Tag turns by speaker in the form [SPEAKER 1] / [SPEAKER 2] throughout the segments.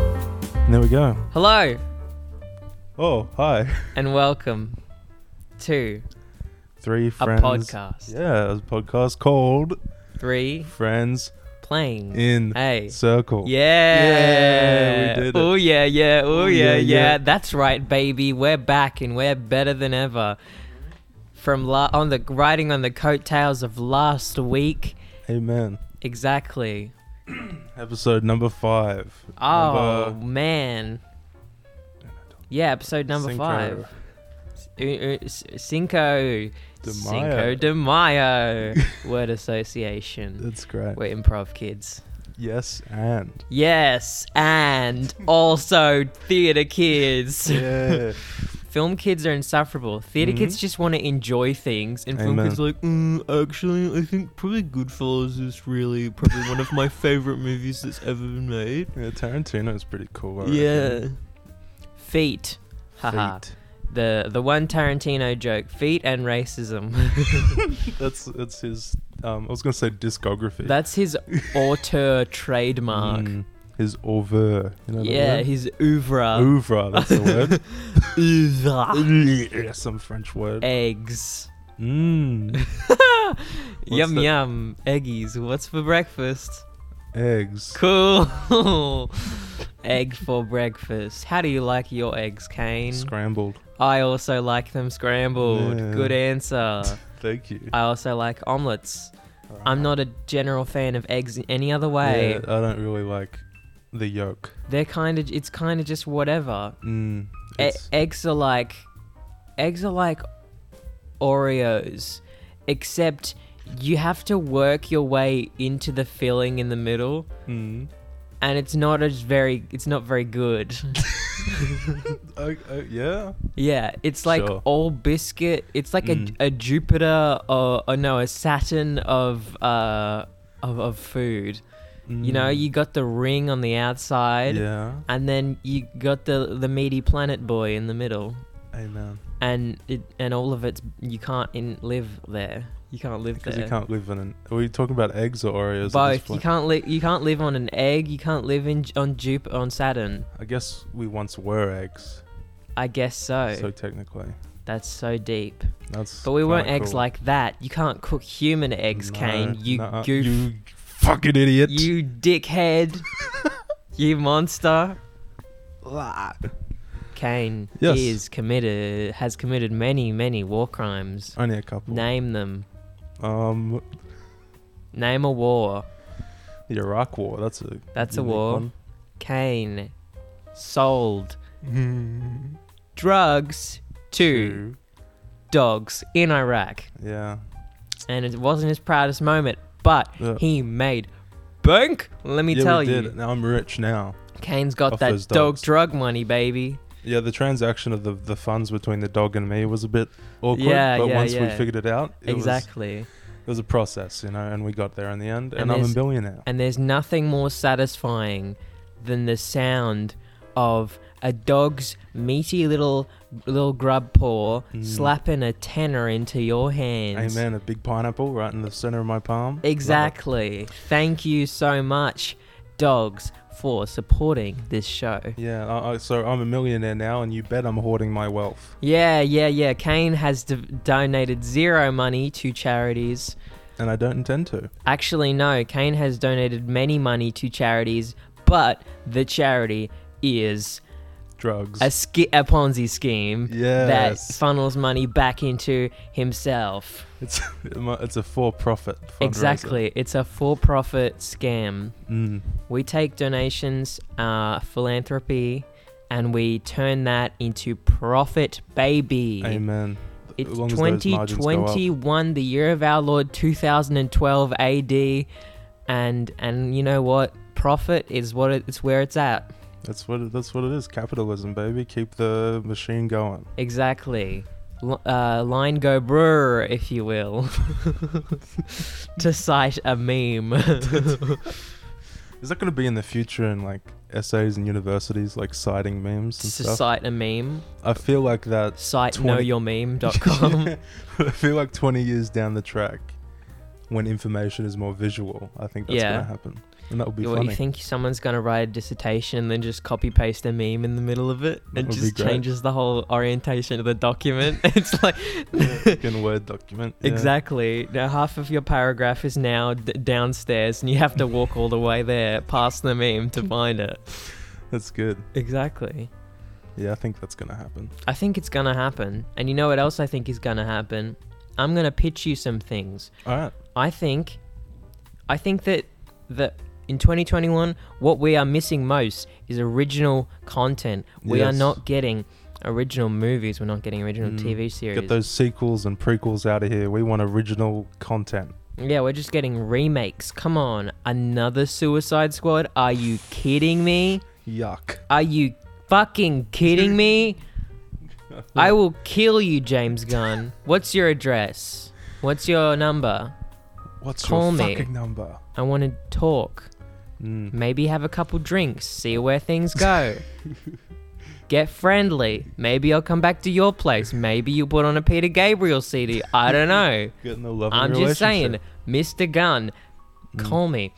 [SPEAKER 1] And there we go.
[SPEAKER 2] Hello
[SPEAKER 1] Oh, hi.
[SPEAKER 2] and welcome to
[SPEAKER 1] Three
[SPEAKER 2] a
[SPEAKER 1] friends.
[SPEAKER 2] podcast.
[SPEAKER 1] Yeah, it was a podcast called
[SPEAKER 2] Three
[SPEAKER 1] Friends
[SPEAKER 2] playing
[SPEAKER 1] in
[SPEAKER 2] Hey.
[SPEAKER 1] Circle.
[SPEAKER 2] Yeah.
[SPEAKER 1] Yeah, we did it.
[SPEAKER 2] Oh yeah, yeah. Oh
[SPEAKER 1] Ooh,
[SPEAKER 2] yeah,
[SPEAKER 1] yeah,
[SPEAKER 2] yeah,
[SPEAKER 1] yeah.
[SPEAKER 2] That's right, baby. We're back and we're better than ever. From la- on the riding on the coattails of last week.
[SPEAKER 1] Amen.
[SPEAKER 2] Exactly.
[SPEAKER 1] Episode number five.
[SPEAKER 2] Oh
[SPEAKER 1] Number-
[SPEAKER 2] man. Yeah, episode number
[SPEAKER 1] Cinco.
[SPEAKER 2] five. U- u- Uh, Cinco.
[SPEAKER 1] De
[SPEAKER 2] Cinco
[SPEAKER 1] Mayo.
[SPEAKER 2] de Mayo. Word association.
[SPEAKER 1] That's great.
[SPEAKER 2] We're improv kids.
[SPEAKER 1] Yes, and.
[SPEAKER 2] Yes, and also theatre kids.
[SPEAKER 1] Yeah.
[SPEAKER 2] Film kids are insufferable. Theatre
[SPEAKER 1] Mm-hmm.
[SPEAKER 2] kids just want to enjoy things, and film
[SPEAKER 1] Amen.
[SPEAKER 2] kids are like, mm, actually, I think probably Goodfellas is really probably one of my favorite movies that's ever been made.
[SPEAKER 1] yeah, Tarantino's pretty cool. I reckon.
[SPEAKER 2] Yeah. Feet. Haha.
[SPEAKER 1] Feet.
[SPEAKER 2] The the one Tarantino joke. Feet and racism.
[SPEAKER 1] That's that's his. Um, I was gonna say discography.
[SPEAKER 2] That's his auteur trademark.
[SPEAKER 1] Mm, his oeuvre. You know that
[SPEAKER 2] yeah,
[SPEAKER 1] word?
[SPEAKER 2] his uh, oeuvre.
[SPEAKER 1] oeuvre. That's the word.
[SPEAKER 2] Oeuvre. Eh.
[SPEAKER 1] Yeah, Some French word.
[SPEAKER 2] Eggs.
[SPEAKER 1] Mmm.
[SPEAKER 2] yum
[SPEAKER 1] that?
[SPEAKER 2] yum. Eggies. What's for breakfast?
[SPEAKER 1] Eggs.
[SPEAKER 2] Cool. Egg for breakfast. How do you like your eggs, Kane?
[SPEAKER 1] Scrambled.
[SPEAKER 2] I also like them scrambled.
[SPEAKER 1] Yeah.
[SPEAKER 2] Good answer.
[SPEAKER 1] Thank you.
[SPEAKER 2] I also like omelets. I'm not a general fan of eggs in any other way.
[SPEAKER 1] Yeah, I don't really like the yolk.
[SPEAKER 2] They're kind of it's kind of just whatever.
[SPEAKER 1] Mm.
[SPEAKER 2] E-
[SPEAKER 1] it's-
[SPEAKER 2] eggs are like eggs are like Oreos, except you have to work your way into the filling in the middle,
[SPEAKER 1] mm.
[SPEAKER 2] and it's not as very it's not very good.
[SPEAKER 1] Oh, oh, yeah.
[SPEAKER 2] yeah, it's like
[SPEAKER 1] Sure.
[SPEAKER 2] all biscuit. It's like
[SPEAKER 1] Mm.
[SPEAKER 2] a, a Jupiter or, or no a Saturn of uh of, of food. You know,
[SPEAKER 1] Mm.
[SPEAKER 2] you got the ring on the outside.
[SPEAKER 1] Yeah.
[SPEAKER 2] And then you got the the meaty planet boy in the middle.
[SPEAKER 1] Amen.
[SPEAKER 2] and it and all of it's you can't in, live there. You can't live
[SPEAKER 1] Because
[SPEAKER 2] there.
[SPEAKER 1] you can't live in an. Are we talking about eggs or Oreos? at this
[SPEAKER 2] Both. You
[SPEAKER 1] point?
[SPEAKER 2] can't live. You can't live on an egg. You can't live in on Jupiter on Saturn.
[SPEAKER 1] I guess we once were eggs.
[SPEAKER 2] I guess so.
[SPEAKER 1] So technically,
[SPEAKER 2] That's so deep.
[SPEAKER 1] that's.
[SPEAKER 2] But we weren't
[SPEAKER 1] kinda
[SPEAKER 2] eggs
[SPEAKER 1] cool.
[SPEAKER 2] like that. You can't cook human eggs,
[SPEAKER 1] No,
[SPEAKER 2] Kane. You
[SPEAKER 1] nuh-uh.
[SPEAKER 2] goof. You,
[SPEAKER 1] You fucking idiot.
[SPEAKER 2] dickhead. you monster. Kane
[SPEAKER 1] Yes.
[SPEAKER 2] is committed. Has committed many, many war crimes.
[SPEAKER 1] Only a couple.
[SPEAKER 2] Name them.
[SPEAKER 1] Um,
[SPEAKER 2] Name a war.
[SPEAKER 1] the Iraq War. That's a.
[SPEAKER 2] That's a
[SPEAKER 1] unique
[SPEAKER 2] war.
[SPEAKER 1] one.
[SPEAKER 2] Kane sold drugs to dogs in Iraq.
[SPEAKER 1] Yeah.
[SPEAKER 2] And it wasn't his proudest moment, but
[SPEAKER 1] Yeah.
[SPEAKER 2] he made bank. Let me
[SPEAKER 1] yeah,
[SPEAKER 2] tell
[SPEAKER 1] we
[SPEAKER 2] you.
[SPEAKER 1] Did. Now I'm rich now.
[SPEAKER 2] Kane's got
[SPEAKER 1] Off those
[SPEAKER 2] that dog
[SPEAKER 1] dogs.
[SPEAKER 2] drug money, baby.
[SPEAKER 1] Yeah, the transaction of the the funds between the dog and me was a bit awkward.
[SPEAKER 2] Yeah,
[SPEAKER 1] but
[SPEAKER 2] yeah,
[SPEAKER 1] once we
[SPEAKER 2] yeah.
[SPEAKER 1] figured it out, it was
[SPEAKER 2] exactly.
[SPEAKER 1] it was a process, you know, and we got there in the end. And,
[SPEAKER 2] And
[SPEAKER 1] I'm a
[SPEAKER 2] there's-
[SPEAKER 1] billionaire.
[SPEAKER 2] And there's nothing more satisfying than the sound of a dog's meaty little little grub paw
[SPEAKER 1] Mm.
[SPEAKER 2] slapping a tenner into your hands.
[SPEAKER 1] Amen. A big pineapple right in the center of my palm. Love it.
[SPEAKER 2] Exactly. Thank you so much, dogs, for supporting this show.
[SPEAKER 1] Yeah. I, I, so I'm a millionaire now, and you bet I'm hoarding my wealth.
[SPEAKER 2] Yeah, yeah, yeah. Kane has d- donated zero money to charities.
[SPEAKER 1] And I don't intend to.
[SPEAKER 2] Actually, no, Kane has donated many money to charities, but the charity is
[SPEAKER 1] Drugs.
[SPEAKER 2] a, ski- a Ponzi scheme that
[SPEAKER 1] Yes.
[SPEAKER 2] funnels money back into himself.
[SPEAKER 1] It's it's a for-profit. fundraiser.
[SPEAKER 2] Exactly. It's a for profit scam.
[SPEAKER 1] Mm.
[SPEAKER 2] We take donations, uh, philanthropy, and we turn that into profit, baby.
[SPEAKER 1] Amen.
[SPEAKER 2] It's
[SPEAKER 1] As long as those margins go up.
[SPEAKER 2] 2021, the year of our Lord 2012 AD, and and you know what? Profit is what it, it's where it's at.
[SPEAKER 1] That's what it, that's what it is. Capitalism, baby. Keep the machine going.
[SPEAKER 2] Exactly. L- uh, line go brr, if you will, to cite a meme.
[SPEAKER 1] Is that going to be in the future in like essays and universities, like citing memes
[SPEAKER 2] to
[SPEAKER 1] and stuff?
[SPEAKER 2] cite a meme,
[SPEAKER 1] I feel like that.
[SPEAKER 2] cite
[SPEAKER 1] 20
[SPEAKER 2] knowyourmeme.com.
[SPEAKER 1] I feel like 20 years down the track, when information is more visual, I think that's
[SPEAKER 2] Yeah.
[SPEAKER 1] going to happen. and that would be
[SPEAKER 2] what,
[SPEAKER 1] funny.
[SPEAKER 2] you think someone's gonna write a dissertation and then just copy paste a meme in the middle of it
[SPEAKER 1] That
[SPEAKER 2] and
[SPEAKER 1] would be
[SPEAKER 2] just
[SPEAKER 1] great.
[SPEAKER 2] changes the whole orientation of the document? it's like
[SPEAKER 1] In a Word document. yeah.
[SPEAKER 2] exactly now half of your paragraph is now d- downstairs and you have to walk all the way there past the meme to find it.
[SPEAKER 1] That's good.
[SPEAKER 2] Exactly.
[SPEAKER 1] Yeah, I think that's gonna happen.
[SPEAKER 2] I think it's gonna happen, and you know what else I think is gonna happen? I'm gonna pitch you some things.
[SPEAKER 1] All right.
[SPEAKER 2] I think, I think that that in 2021, what we are missing most is original content. We are
[SPEAKER 1] Yes.
[SPEAKER 2] not getting original movies. We're not getting original
[SPEAKER 1] Mm.
[SPEAKER 2] TV series.
[SPEAKER 1] Get those sequels and prequels out of here. We want original content.
[SPEAKER 2] Yeah, we're just getting remakes. Come on, another Suicide Squad? Are you kidding me?
[SPEAKER 1] Yuck.
[SPEAKER 2] Are you fucking kidding me? I will kill you, James Gunn. What's your address? What's your number?
[SPEAKER 1] What's your
[SPEAKER 2] call me.
[SPEAKER 1] fucking number?
[SPEAKER 2] I want to talk.
[SPEAKER 1] Mm.
[SPEAKER 2] Maybe have a couple drinks, see where things go. Get friendly. Maybe I'll come back to your place. Maybe you put on a Peter Gabriel CD. I don't know.
[SPEAKER 1] Getting the love. and
[SPEAKER 2] I'm just saying,
[SPEAKER 1] relationship. Hmm. Mm.
[SPEAKER 2] Mr. Gunn, call me.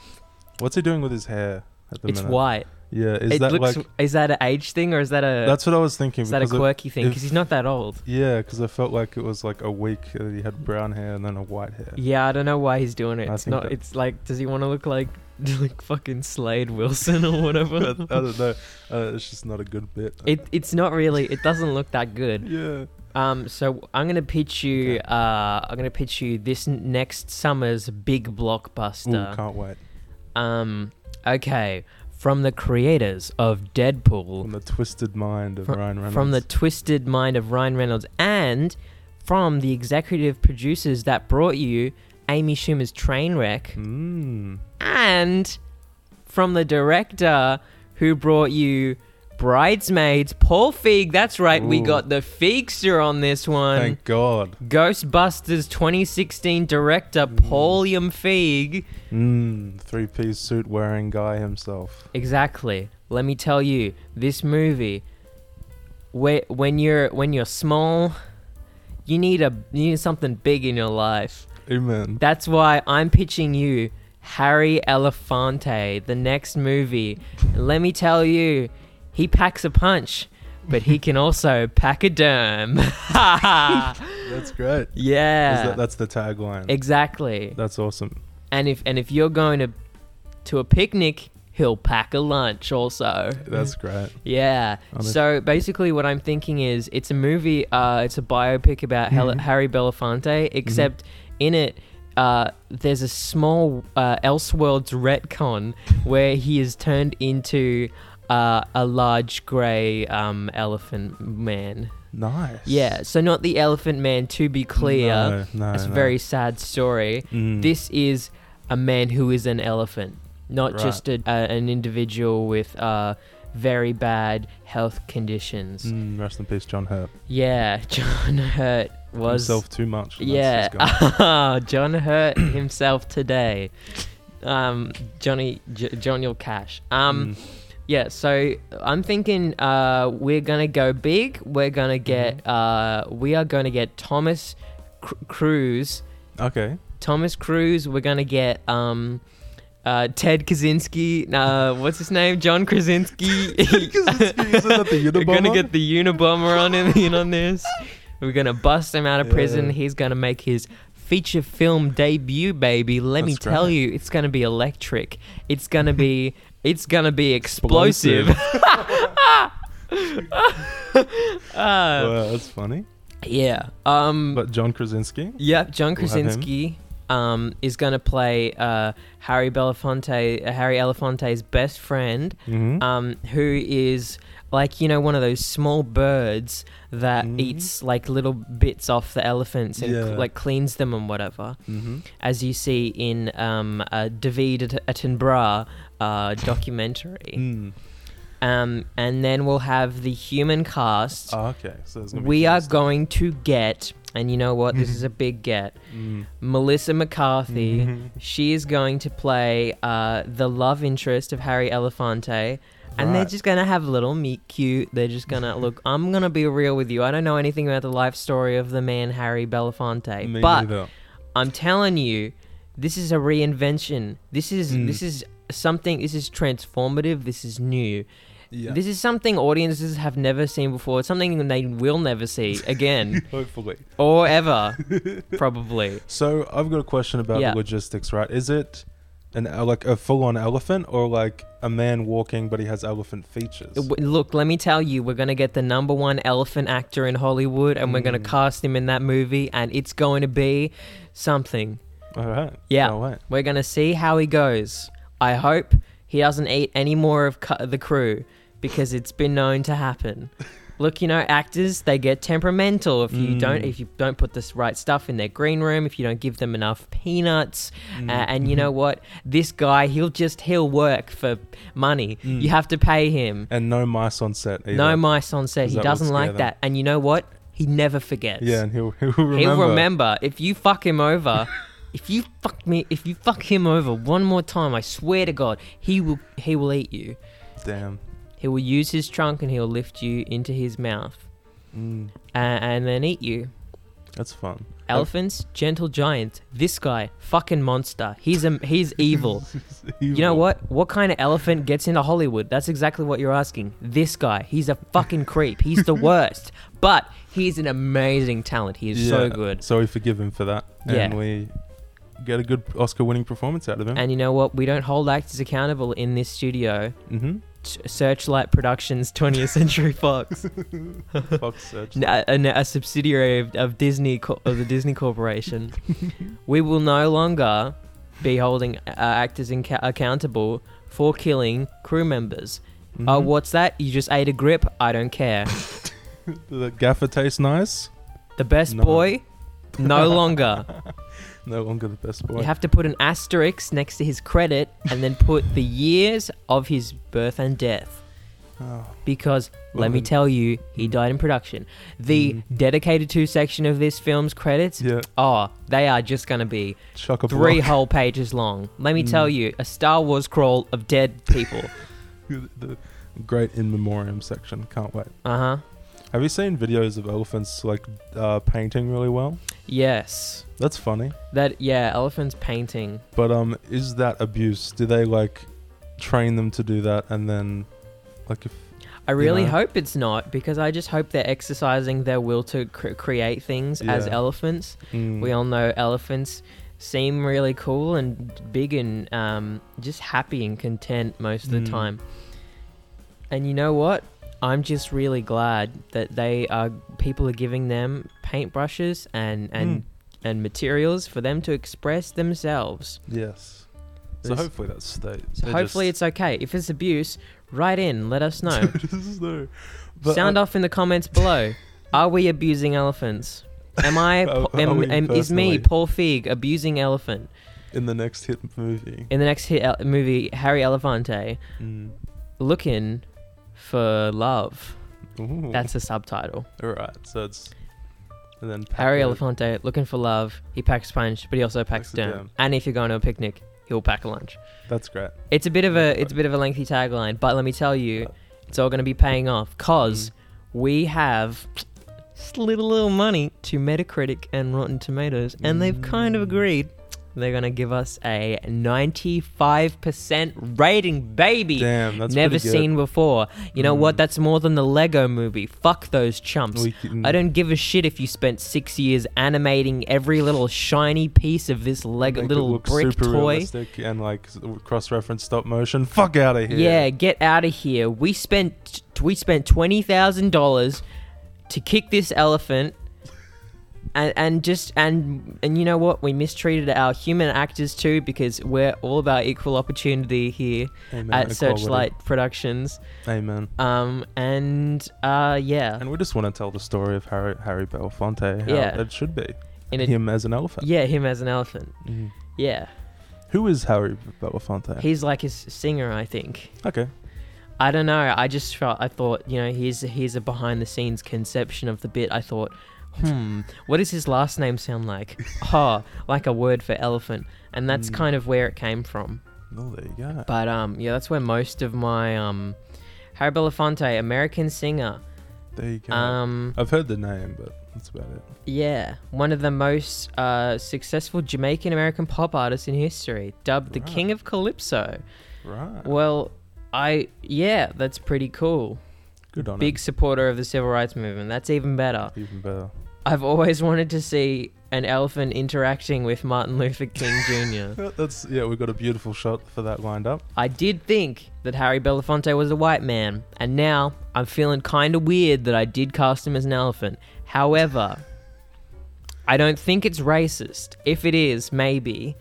[SPEAKER 1] What's he doing with his hair at the
[SPEAKER 2] It's
[SPEAKER 1] minute?
[SPEAKER 2] white.
[SPEAKER 1] Yeah. Is
[SPEAKER 2] it
[SPEAKER 1] that
[SPEAKER 2] looks.
[SPEAKER 1] like?
[SPEAKER 2] is that an age thing or is that a
[SPEAKER 1] That's what I was thinking.
[SPEAKER 2] is that a
[SPEAKER 1] because it-
[SPEAKER 2] quirky thing?
[SPEAKER 1] if-
[SPEAKER 2] Because he's not that old.
[SPEAKER 1] yeah, because I felt like it was like a week that he had brown hair and then a white hair.
[SPEAKER 2] Yeah, I don't know why he's doing it.
[SPEAKER 1] I
[SPEAKER 2] It's
[SPEAKER 1] think
[SPEAKER 2] not.
[SPEAKER 1] that-
[SPEAKER 2] It's like, does he want to look like like fucking Slade Wilson or whatever?
[SPEAKER 1] I don't know. Uh, it's just not a good bit.
[SPEAKER 2] it it's not really. It doesn't look that good.
[SPEAKER 1] yeah.
[SPEAKER 2] Um, so I'm gonna pitch you.
[SPEAKER 1] Okay.
[SPEAKER 2] Uh, I'm gonna pitch you this n- next summer's big
[SPEAKER 1] Ooh,
[SPEAKER 2] blockbuster.
[SPEAKER 1] can't wait.
[SPEAKER 2] um, okay, from the creators of Deadpool,
[SPEAKER 1] From the twisted mind of
[SPEAKER 2] Fro-
[SPEAKER 1] Ryan Reynolds.
[SPEAKER 2] from the twisted mind of Ryan Reynolds, and from the executive producers that brought you Amy Schumer's Trainwreck,
[SPEAKER 1] Mm.
[SPEAKER 2] and from the director who brought you. Bridesmaids, Paul Feig. That's right, we
[SPEAKER 1] Ooh.
[SPEAKER 2] got the Feigster on this one.
[SPEAKER 1] Thank God.
[SPEAKER 2] Ghostbusters 2016 director Paul Yum Feig.
[SPEAKER 1] Mm, three piece suit wearing guy himself.
[SPEAKER 2] Exactly. Let me tell you, this movie, whe- when you're when you're small, you need a you need something big in your life.
[SPEAKER 1] Amen.
[SPEAKER 2] That's why I'm pitching you Harry Elefante, the next movie. And let me tell you, he packs a punch, but he can also pack a derm.
[SPEAKER 1] That's great. Is
[SPEAKER 2] yeah.
[SPEAKER 1] that- that's the tagline.
[SPEAKER 2] exactly.
[SPEAKER 1] that's awesome.
[SPEAKER 2] And if and if you're going to to a picnic, he'll pack a lunch also.
[SPEAKER 1] That's great.
[SPEAKER 2] yeah.
[SPEAKER 1] Honest-
[SPEAKER 2] So basically, what I'm thinking is, it's a movie. Uh, it's a biopic about Hel-
[SPEAKER 1] Mm-hmm.
[SPEAKER 2] Harry Belafonte, except in it. Uh, there's a small uh, Elseworlds retcon where he is turned into uh, a large grey um, elephant man.
[SPEAKER 1] Nice.
[SPEAKER 2] Yeah, so not the elephant man, to be clear.
[SPEAKER 1] No, no,
[SPEAKER 2] That's a
[SPEAKER 1] no.
[SPEAKER 2] very sad story.
[SPEAKER 1] Mm.
[SPEAKER 2] This is a man who is an elephant, not
[SPEAKER 1] Right.
[SPEAKER 2] just a, a, an individual with uh, very bad health conditions.
[SPEAKER 1] Mm, rest in peace, John Hurt.
[SPEAKER 2] Yeah, John Hurt was.
[SPEAKER 1] himself too much. and
[SPEAKER 2] yeah,
[SPEAKER 1] that's- that's gone.
[SPEAKER 2] John Hurt himself today. Um, Johnny, J- Johnny Cash. Um,
[SPEAKER 1] Mm.
[SPEAKER 2] yeah, so I'm thinking uh, we're gonna go big. We're gonna get
[SPEAKER 1] Mm-hmm.
[SPEAKER 2] uh, we are gonna get Thomas Cr- Cruz,
[SPEAKER 1] okay.
[SPEAKER 2] Thomas Cruz. We're gonna get um, uh, Ted Kaczynski. Uh, what's his name? John Krasinski.
[SPEAKER 1] Isn't that the
[SPEAKER 2] we're gonna
[SPEAKER 1] Unabomber?
[SPEAKER 2] get the Unabomber on him in on this. We're gonna bust him out of prison.
[SPEAKER 1] Yeah.
[SPEAKER 2] He's gonna make his feature film debut, baby. Let me
[SPEAKER 1] That's
[SPEAKER 2] tell
[SPEAKER 1] great.
[SPEAKER 2] you, it's gonna be electric. It's gonna be it's gonna be explosive. uh,
[SPEAKER 1] Wow, that's funny.
[SPEAKER 2] yeah. Um.
[SPEAKER 1] But John Krasinski.
[SPEAKER 2] Yep, John
[SPEAKER 1] We'll have him.
[SPEAKER 2] Krasinski um, is going to play uh, Harry Belafonte, uh, Harry Elefante's best friend,
[SPEAKER 1] Mhm.
[SPEAKER 2] um, who is like you know one of those small birds that
[SPEAKER 1] Mhm.
[SPEAKER 2] eats like little bits off the elephants and
[SPEAKER 1] Yeah.
[SPEAKER 2] cl- like cleans them and whatever,
[SPEAKER 1] Mhm.
[SPEAKER 2] as you see in um, uh, David At- Attenborough uh, documentary.
[SPEAKER 1] Mm.
[SPEAKER 2] um, and then we'll have the human cast.
[SPEAKER 1] Ah, okay. So there's gonna be
[SPEAKER 2] we are
[SPEAKER 1] cast.
[SPEAKER 2] going to get, and you know what? This is a big get.
[SPEAKER 1] Mm.
[SPEAKER 2] Melissa McCarthy.
[SPEAKER 1] Mhm.
[SPEAKER 2] She is going to play uh, the love interest of Harry Elefante. And they're
[SPEAKER 1] Right.
[SPEAKER 2] just gonna have little meet cute. They're just gonna look. I'm gonna be real with you. I don't know anything about the life story of the man Harry Belafonte,
[SPEAKER 1] Me
[SPEAKER 2] but
[SPEAKER 1] neither.
[SPEAKER 2] I'm telling you, this is a reinvention. This is
[SPEAKER 1] Mm.
[SPEAKER 2] this is something. This is transformative. This is new.
[SPEAKER 1] Yeah.
[SPEAKER 2] This is something audiences have never seen before. It's something they will never see again
[SPEAKER 1] Hopefully.
[SPEAKER 2] or ever, probably.
[SPEAKER 1] So I've got a question about
[SPEAKER 2] Yeah.
[SPEAKER 1] the logistics, right? Is it an uh, like a full-on elephant or like a man walking but he has elephant features?
[SPEAKER 2] W- Look, let me tell you, we're going to get the number one elephant actor in Hollywood and we're
[SPEAKER 1] Mm.
[SPEAKER 2] going to cast him in that movie and it's going to be something.
[SPEAKER 1] All right.
[SPEAKER 2] Yeah.
[SPEAKER 1] All right.
[SPEAKER 2] We're going to see how he goes. I hope he doesn't eat any more of cu- the crew because it's been known to happen. Look, you know, actors, they get temperamental if you don't
[SPEAKER 1] Mm.
[SPEAKER 2] if you don't put the right stuff in their green room, if you don't give them enough peanuts.
[SPEAKER 1] Mm.
[SPEAKER 2] Uh, and you
[SPEAKER 1] Mm-hmm.
[SPEAKER 2] know what? This guy, he'll just he'll work for money.
[SPEAKER 1] Mm.
[SPEAKER 2] You have to pay him.
[SPEAKER 1] And no mice on set either.
[SPEAKER 2] No mice on set.
[SPEAKER 1] Is
[SPEAKER 2] He
[SPEAKER 1] that what
[SPEAKER 2] doesn't like
[SPEAKER 1] scared them?
[SPEAKER 2] that. And you know what? He never forgets.
[SPEAKER 1] Yeah, and he'll he'll remember.
[SPEAKER 2] He'll remember if you fuck him over. if you fuck me, if you fuck him over one more time, I swear to God, he will he will eat you.
[SPEAKER 1] Damn.
[SPEAKER 2] He will use his trunk and he'll lift you into his mouth
[SPEAKER 1] Mm,
[SPEAKER 2] and, and then eat you.
[SPEAKER 1] that's fun.
[SPEAKER 2] Elephants, gentle giant. This guy, fucking monster. He's a, he's evil. You know
[SPEAKER 1] Evil.
[SPEAKER 2] what? What kind of elephant gets into Hollywood? That's exactly what you're asking. This guy, he's a fucking creep. He's the worst. But he's an amazing talent. He is so
[SPEAKER 1] Yeah,
[SPEAKER 2] good.
[SPEAKER 1] So we forgive him for that, and
[SPEAKER 2] Yeah.
[SPEAKER 1] we get a good Oscar-winning performance out of him.
[SPEAKER 2] And you know what? We don't hold actors accountable in this studio.
[SPEAKER 1] mm-hmm.
[SPEAKER 2] T- Searchlight Productions, 20th Century Fox,
[SPEAKER 1] Fox Search.
[SPEAKER 2] N- uh, a, a- a subsidiary of, of Disney co- of the Disney Corporation. we will no longer be holding uh, actors inca- accountable for killing crew members. Oh,
[SPEAKER 1] Mhm.
[SPEAKER 2] what's that? You just ate a grip. I don't care.
[SPEAKER 1] The gaffer tastes nice.
[SPEAKER 2] The best
[SPEAKER 1] No.
[SPEAKER 2] boy, no longer.
[SPEAKER 1] No longer the best boy.
[SPEAKER 2] You have to put an asterisk next to his credit and then put the years of his birth and death.
[SPEAKER 1] Oh,
[SPEAKER 2] Because
[SPEAKER 1] Well,
[SPEAKER 2] let me
[SPEAKER 1] then-
[SPEAKER 2] tell you, he died in production. The dedicated to section of this film's credits,
[SPEAKER 1] Mm-hmm. yeah,
[SPEAKER 2] oh, they are just going to be
[SPEAKER 1] chuck a
[SPEAKER 2] three
[SPEAKER 1] block.
[SPEAKER 2] whole pages long. Let
[SPEAKER 1] Mm.
[SPEAKER 2] me tell you, a Star Wars crawl of dead people.
[SPEAKER 1] the great in memoriam section. Can't wait.
[SPEAKER 2] uh huh.
[SPEAKER 1] Have you seen videos of elephants like uh, painting really well?
[SPEAKER 2] Yes.
[SPEAKER 1] That's funny.
[SPEAKER 2] That yeah, elephants painting.
[SPEAKER 1] But um, is that abuse? Do they like train them to do that and then like if
[SPEAKER 2] I really
[SPEAKER 1] know?
[SPEAKER 2] hope it's not because I just hope they're exercising their will to cr- create things as
[SPEAKER 1] Yeah.
[SPEAKER 2] elephants.
[SPEAKER 1] mm,
[SPEAKER 2] We all know elephants seem really cool and big and um, just happy and content most of the
[SPEAKER 1] Mm.
[SPEAKER 2] time. And you know what? I'm just really glad that they are people are giving them paintbrushes and and
[SPEAKER 1] Mm.
[SPEAKER 2] and materials for them to express themselves.
[SPEAKER 1] yes. So
[SPEAKER 2] There's-
[SPEAKER 1] hopefully that stays.
[SPEAKER 2] So hopefully it's okay. If it's abuse, write in, let us know.
[SPEAKER 1] it's no. But uh,
[SPEAKER 2] Sound
[SPEAKER 1] I,
[SPEAKER 2] off in the comments below. Are we abusing elephants? Am I?
[SPEAKER 1] Are-
[SPEAKER 2] Pa- am-
[SPEAKER 1] are we
[SPEAKER 2] am- is
[SPEAKER 1] personally?
[SPEAKER 2] me Paul Feig abusing elephant
[SPEAKER 1] in the next hit movie.
[SPEAKER 2] in the next hit el- movie Harry Elefante
[SPEAKER 1] Mm.
[SPEAKER 2] looking for love?
[SPEAKER 1] Ooh.
[SPEAKER 2] That's the subtitle.
[SPEAKER 1] all right. So it's and then
[SPEAKER 2] Harry
[SPEAKER 1] Paco-
[SPEAKER 2] Elefante looking for love. He packs punch, but he also packs
[SPEAKER 1] Packs a
[SPEAKER 2] down.
[SPEAKER 1] jam.
[SPEAKER 2] And if you're going to a picnic, he'll pack a lunch.
[SPEAKER 1] That's great.
[SPEAKER 2] It's a bit of a it's a bit of a lengthy tagline, but let me tell you, it's all going to be paying off
[SPEAKER 1] Mm.
[SPEAKER 2] because we have just a little little money to Metacritic and Rotten Tomatoes, and they've kind
[SPEAKER 1] Mm.
[SPEAKER 2] of agreed they're going to give us a 95% rating, baby.
[SPEAKER 1] Damn, that's
[SPEAKER 2] Never
[SPEAKER 1] pretty good. Mm.
[SPEAKER 2] seen before. You know what? That's more than the Lego movie. Fuck those chumps.
[SPEAKER 1] We can-
[SPEAKER 2] I don't give a shit if you spent six years animating every little shiny piece of this Lego
[SPEAKER 1] Make it
[SPEAKER 2] little
[SPEAKER 1] look
[SPEAKER 2] brick
[SPEAKER 1] super
[SPEAKER 2] toy.
[SPEAKER 1] realistic and like cross reference stop motion. Fuck out of here.
[SPEAKER 2] Yeah, get out of here. We spent we spent twenty thousand dollars to kick this elephant, and and just and and you know what? We mistreated our human actors too because we're all about equal opportunity here
[SPEAKER 1] Amen,
[SPEAKER 2] at
[SPEAKER 1] equality.
[SPEAKER 2] Searchlight Productions.
[SPEAKER 1] Amen.
[SPEAKER 2] Um, and uh, yeah,
[SPEAKER 1] And we just want to tell the story of Harry, Harry Belafonte. How
[SPEAKER 2] Yeah.
[SPEAKER 1] It should be.
[SPEAKER 2] in a,
[SPEAKER 1] him as an elephant.
[SPEAKER 2] yeah, him as an elephant.
[SPEAKER 1] Mhm.
[SPEAKER 2] Yeah,
[SPEAKER 1] Who is Harry Belafonte?
[SPEAKER 2] he's like his singer, I think.
[SPEAKER 1] okay.
[SPEAKER 2] I don't know. I just felt I thought you know here's here's a behind the scenes conception of the bit. I thought, hmm, what does his last name sound like? oh, like a word for elephant, and that's
[SPEAKER 1] Mm.
[SPEAKER 2] kind of where it came from.
[SPEAKER 1] Well, there you go.
[SPEAKER 2] But um, yeah, that's where most of my um, Harry Belafonte, American singer.
[SPEAKER 1] There you go.
[SPEAKER 2] Um,
[SPEAKER 1] I've heard the name, but that's about it.
[SPEAKER 2] yeah, one of the most uh, successful Jamaican American pop artists in history, dubbed the
[SPEAKER 1] Right.
[SPEAKER 2] King of Calypso.
[SPEAKER 1] Right.
[SPEAKER 2] Well, I yeah, that's pretty cool.
[SPEAKER 1] Good on
[SPEAKER 2] Big
[SPEAKER 1] him.
[SPEAKER 2] supporter of the civil rights movement. That's even better.
[SPEAKER 1] Even better.
[SPEAKER 2] I've always wanted to see an elephant interacting with Martin Luther King Jr.
[SPEAKER 1] Yeah, That's yeah. We've got a beautiful shot for that lined up.
[SPEAKER 2] I did think that Harry Belafonte was a white man, and now I'm feeling kind of weird that I did cast him as an elephant. However, I don't think it's racist. If it is, maybe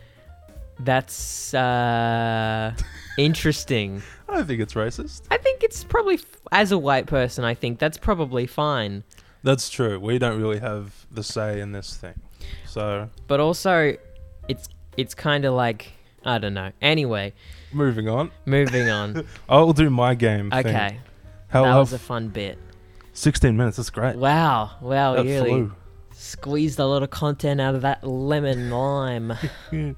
[SPEAKER 2] that's uh, interesting.
[SPEAKER 1] I don't think it's racist.
[SPEAKER 2] I think it's probably f- as a white person. I think that's probably fine.
[SPEAKER 1] That's true. We don't really have the say in this thing. So
[SPEAKER 2] But also, it's it's kind of like I don't know. Anyway,
[SPEAKER 1] moving on.
[SPEAKER 2] moving on.
[SPEAKER 1] I will do my game. thing.
[SPEAKER 2] okay,
[SPEAKER 1] How
[SPEAKER 2] that
[SPEAKER 1] how-
[SPEAKER 2] was a fun bit.
[SPEAKER 1] Sixteen minutes. That's great.
[SPEAKER 2] Wow, wow,
[SPEAKER 1] that
[SPEAKER 2] you really
[SPEAKER 1] flew.
[SPEAKER 2] squeezed a lot of content out of that lemon lime.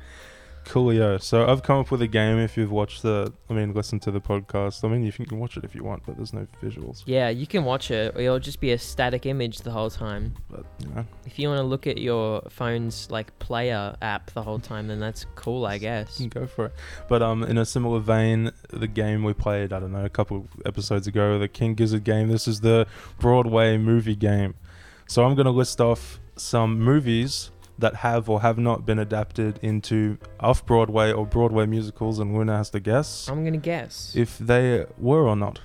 [SPEAKER 1] Coolio. So I've come up with a game. If you've watched the, I mean, listen to the podcast. I mean, you can watch it if you want, but there's no visuals.
[SPEAKER 2] yeah, you can watch it. or It'll just be a static image the whole time.
[SPEAKER 1] But you know,
[SPEAKER 2] If you want to look at your phone's like player app the whole time, then that's cool, I guess.
[SPEAKER 1] you can go for it. But um, in a similar vein, the game we played, I don't know, a couple of episodes ago, the King Gizzard game. This is the Broadway movie game. So I'm gonna list off some movies that have or have not been adapted into off Broadway or Broadway musicals, and Luna has to guess
[SPEAKER 2] I'm gonna guess.
[SPEAKER 1] if they were or not.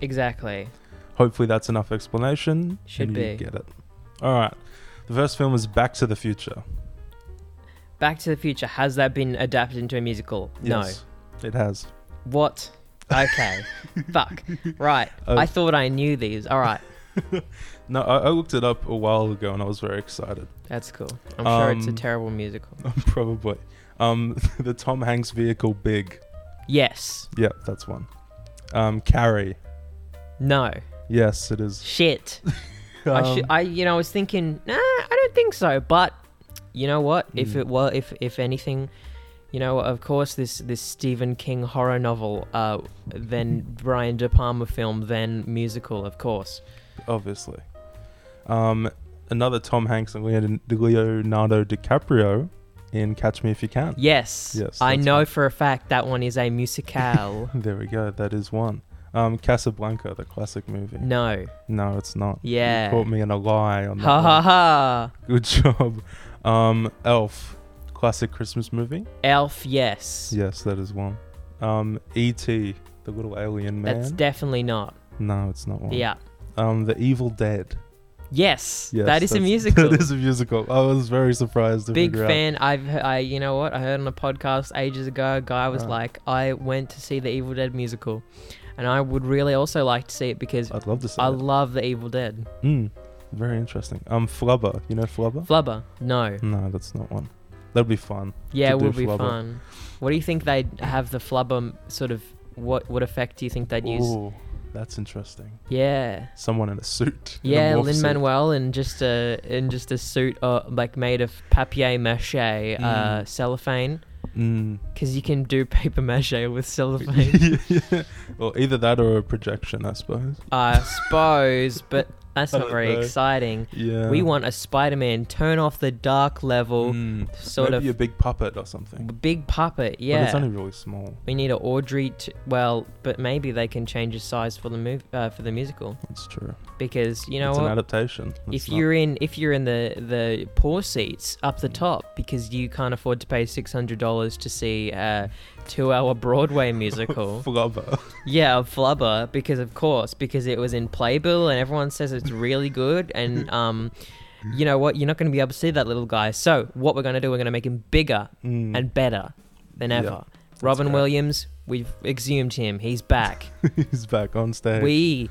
[SPEAKER 2] Exactly.
[SPEAKER 1] Hopefully that's enough explanation.
[SPEAKER 2] Should
[SPEAKER 1] and you
[SPEAKER 2] be.
[SPEAKER 1] get it. All right. The first film is Back to the Future.
[SPEAKER 2] Back to the Future has that been adapted into a musical?
[SPEAKER 1] No, it has.
[SPEAKER 2] No. What? Okay. Fuck. Right.
[SPEAKER 1] Uh,
[SPEAKER 2] I thought I knew these. All right.
[SPEAKER 1] No, I, I looked it up a while ago and I was very excited.
[SPEAKER 2] That's cool. I'm sure it's a
[SPEAKER 1] Um,
[SPEAKER 2] terrible musical.
[SPEAKER 1] Probably. Um, the Tom Hanks vehicle, Big.
[SPEAKER 2] Yes.
[SPEAKER 1] Yep, that's one. Um, Carrie.
[SPEAKER 2] No.
[SPEAKER 1] Yes, it is.
[SPEAKER 2] Shit. I
[SPEAKER 1] Um,
[SPEAKER 2] should. I you know I was thinking. Nah, I don't think so. But you know what? If
[SPEAKER 1] Hmm.
[SPEAKER 2] it were, if if anything, you know, of course this this Stephen King horror novel, uh, then Brian De Palma film, then musical, of course.
[SPEAKER 1] obviously. Um, another Tom Hanks and Leon- Leonardo DiCaprio in Catch Me If You Can.
[SPEAKER 2] Yes.
[SPEAKER 1] Yes,
[SPEAKER 2] I
[SPEAKER 1] that's
[SPEAKER 2] know
[SPEAKER 1] one.
[SPEAKER 2] for a fact that one is a musical.
[SPEAKER 1] There we go. That is one. Um, Casablanca, the classic movie.
[SPEAKER 2] no.
[SPEAKER 1] No, it's not.
[SPEAKER 2] Yeah.
[SPEAKER 1] You caught me in a lie on that.
[SPEAKER 2] eh. Ha
[SPEAKER 1] one.
[SPEAKER 2] ha ha.
[SPEAKER 1] Good job. Um, Elf, classic Christmas movie.
[SPEAKER 2] Elf. Yes.
[SPEAKER 1] Yes, that is one. Um, E.T., the little alien man.
[SPEAKER 2] That's definitely not.
[SPEAKER 1] no, it's not one.
[SPEAKER 2] Yeah.
[SPEAKER 1] Um, The Evil Dead.
[SPEAKER 2] Yes,
[SPEAKER 1] Yes,
[SPEAKER 2] that is a
[SPEAKER 1] that's-
[SPEAKER 2] musical.
[SPEAKER 1] that is a musical. I was very surprised. To
[SPEAKER 2] Big
[SPEAKER 1] figure out.
[SPEAKER 2] fan. I've he- I you know what I heard on a podcast ages ago. A guy was
[SPEAKER 1] Wow.
[SPEAKER 2] like, I went to see the Evil Dead musical, and I would really also like to see it because
[SPEAKER 1] I'd love to see
[SPEAKER 2] I
[SPEAKER 1] it.
[SPEAKER 2] love the Evil Dead.
[SPEAKER 1] Mm, very interesting. Um, Flubber. You know Flubber?
[SPEAKER 2] Flubber, no,
[SPEAKER 1] no, that's not one. That'd be fun.
[SPEAKER 2] yeah,
[SPEAKER 1] To
[SPEAKER 2] it
[SPEAKER 1] do
[SPEAKER 2] would be
[SPEAKER 1] Flubber.
[SPEAKER 2] fun. What do you think they'd have the Flubber m- sort of? What what effect do you think they'd use?
[SPEAKER 1] Ooh, that's interesting.
[SPEAKER 2] Yeah.
[SPEAKER 1] Someone in a suit. in a
[SPEAKER 2] Yeah,
[SPEAKER 1] morph
[SPEAKER 2] Lin
[SPEAKER 1] suit.
[SPEAKER 2] Manuel in just a in just a suit, uh, like made of papier mache, uh,
[SPEAKER 1] Mm.
[SPEAKER 2] cellophane,
[SPEAKER 1] Mm.
[SPEAKER 2] because you can do paper mache with cellophane.
[SPEAKER 1] yeah. Well, either that Hmm. or a projection, I suppose.
[SPEAKER 2] I suppose, but that's
[SPEAKER 1] I
[SPEAKER 2] not
[SPEAKER 1] don't
[SPEAKER 2] very
[SPEAKER 1] know.
[SPEAKER 2] exciting.
[SPEAKER 1] Yeah.
[SPEAKER 2] we want a Spider-Man turn off the dark level,
[SPEAKER 1] Mm.
[SPEAKER 2] sort
[SPEAKER 1] Maybe a
[SPEAKER 2] of
[SPEAKER 1] big puppet or something.
[SPEAKER 2] big puppet.
[SPEAKER 1] But
[SPEAKER 2] Yeah,
[SPEAKER 1] it's only really small.
[SPEAKER 2] we need a Audrey. T- well, but maybe they can change his size for the move uh, for the musical
[SPEAKER 1] That's true.
[SPEAKER 2] because you know
[SPEAKER 1] it's an
[SPEAKER 2] what.
[SPEAKER 1] adaptation.
[SPEAKER 2] If
[SPEAKER 1] It's not- Hmm.
[SPEAKER 2] you're in, if you're in the the poor seats up the top because you can't afford to pay six hundred dollars to see a two-hour Broadway musical,
[SPEAKER 1] Flubber.
[SPEAKER 2] Yeah, Flubber, because of course, because it was in Playbill and everyone says it's really good. And um, you know what? You're not going to be able to see that little guy. So what we're going to do? We're going to make him bigger
[SPEAKER 1] Mm.
[SPEAKER 2] and better than
[SPEAKER 1] Yeah,
[SPEAKER 2] ever. Robin
[SPEAKER 1] great.
[SPEAKER 2] Williams, we've exhumed him. He's back.
[SPEAKER 1] he's back on stage.
[SPEAKER 2] we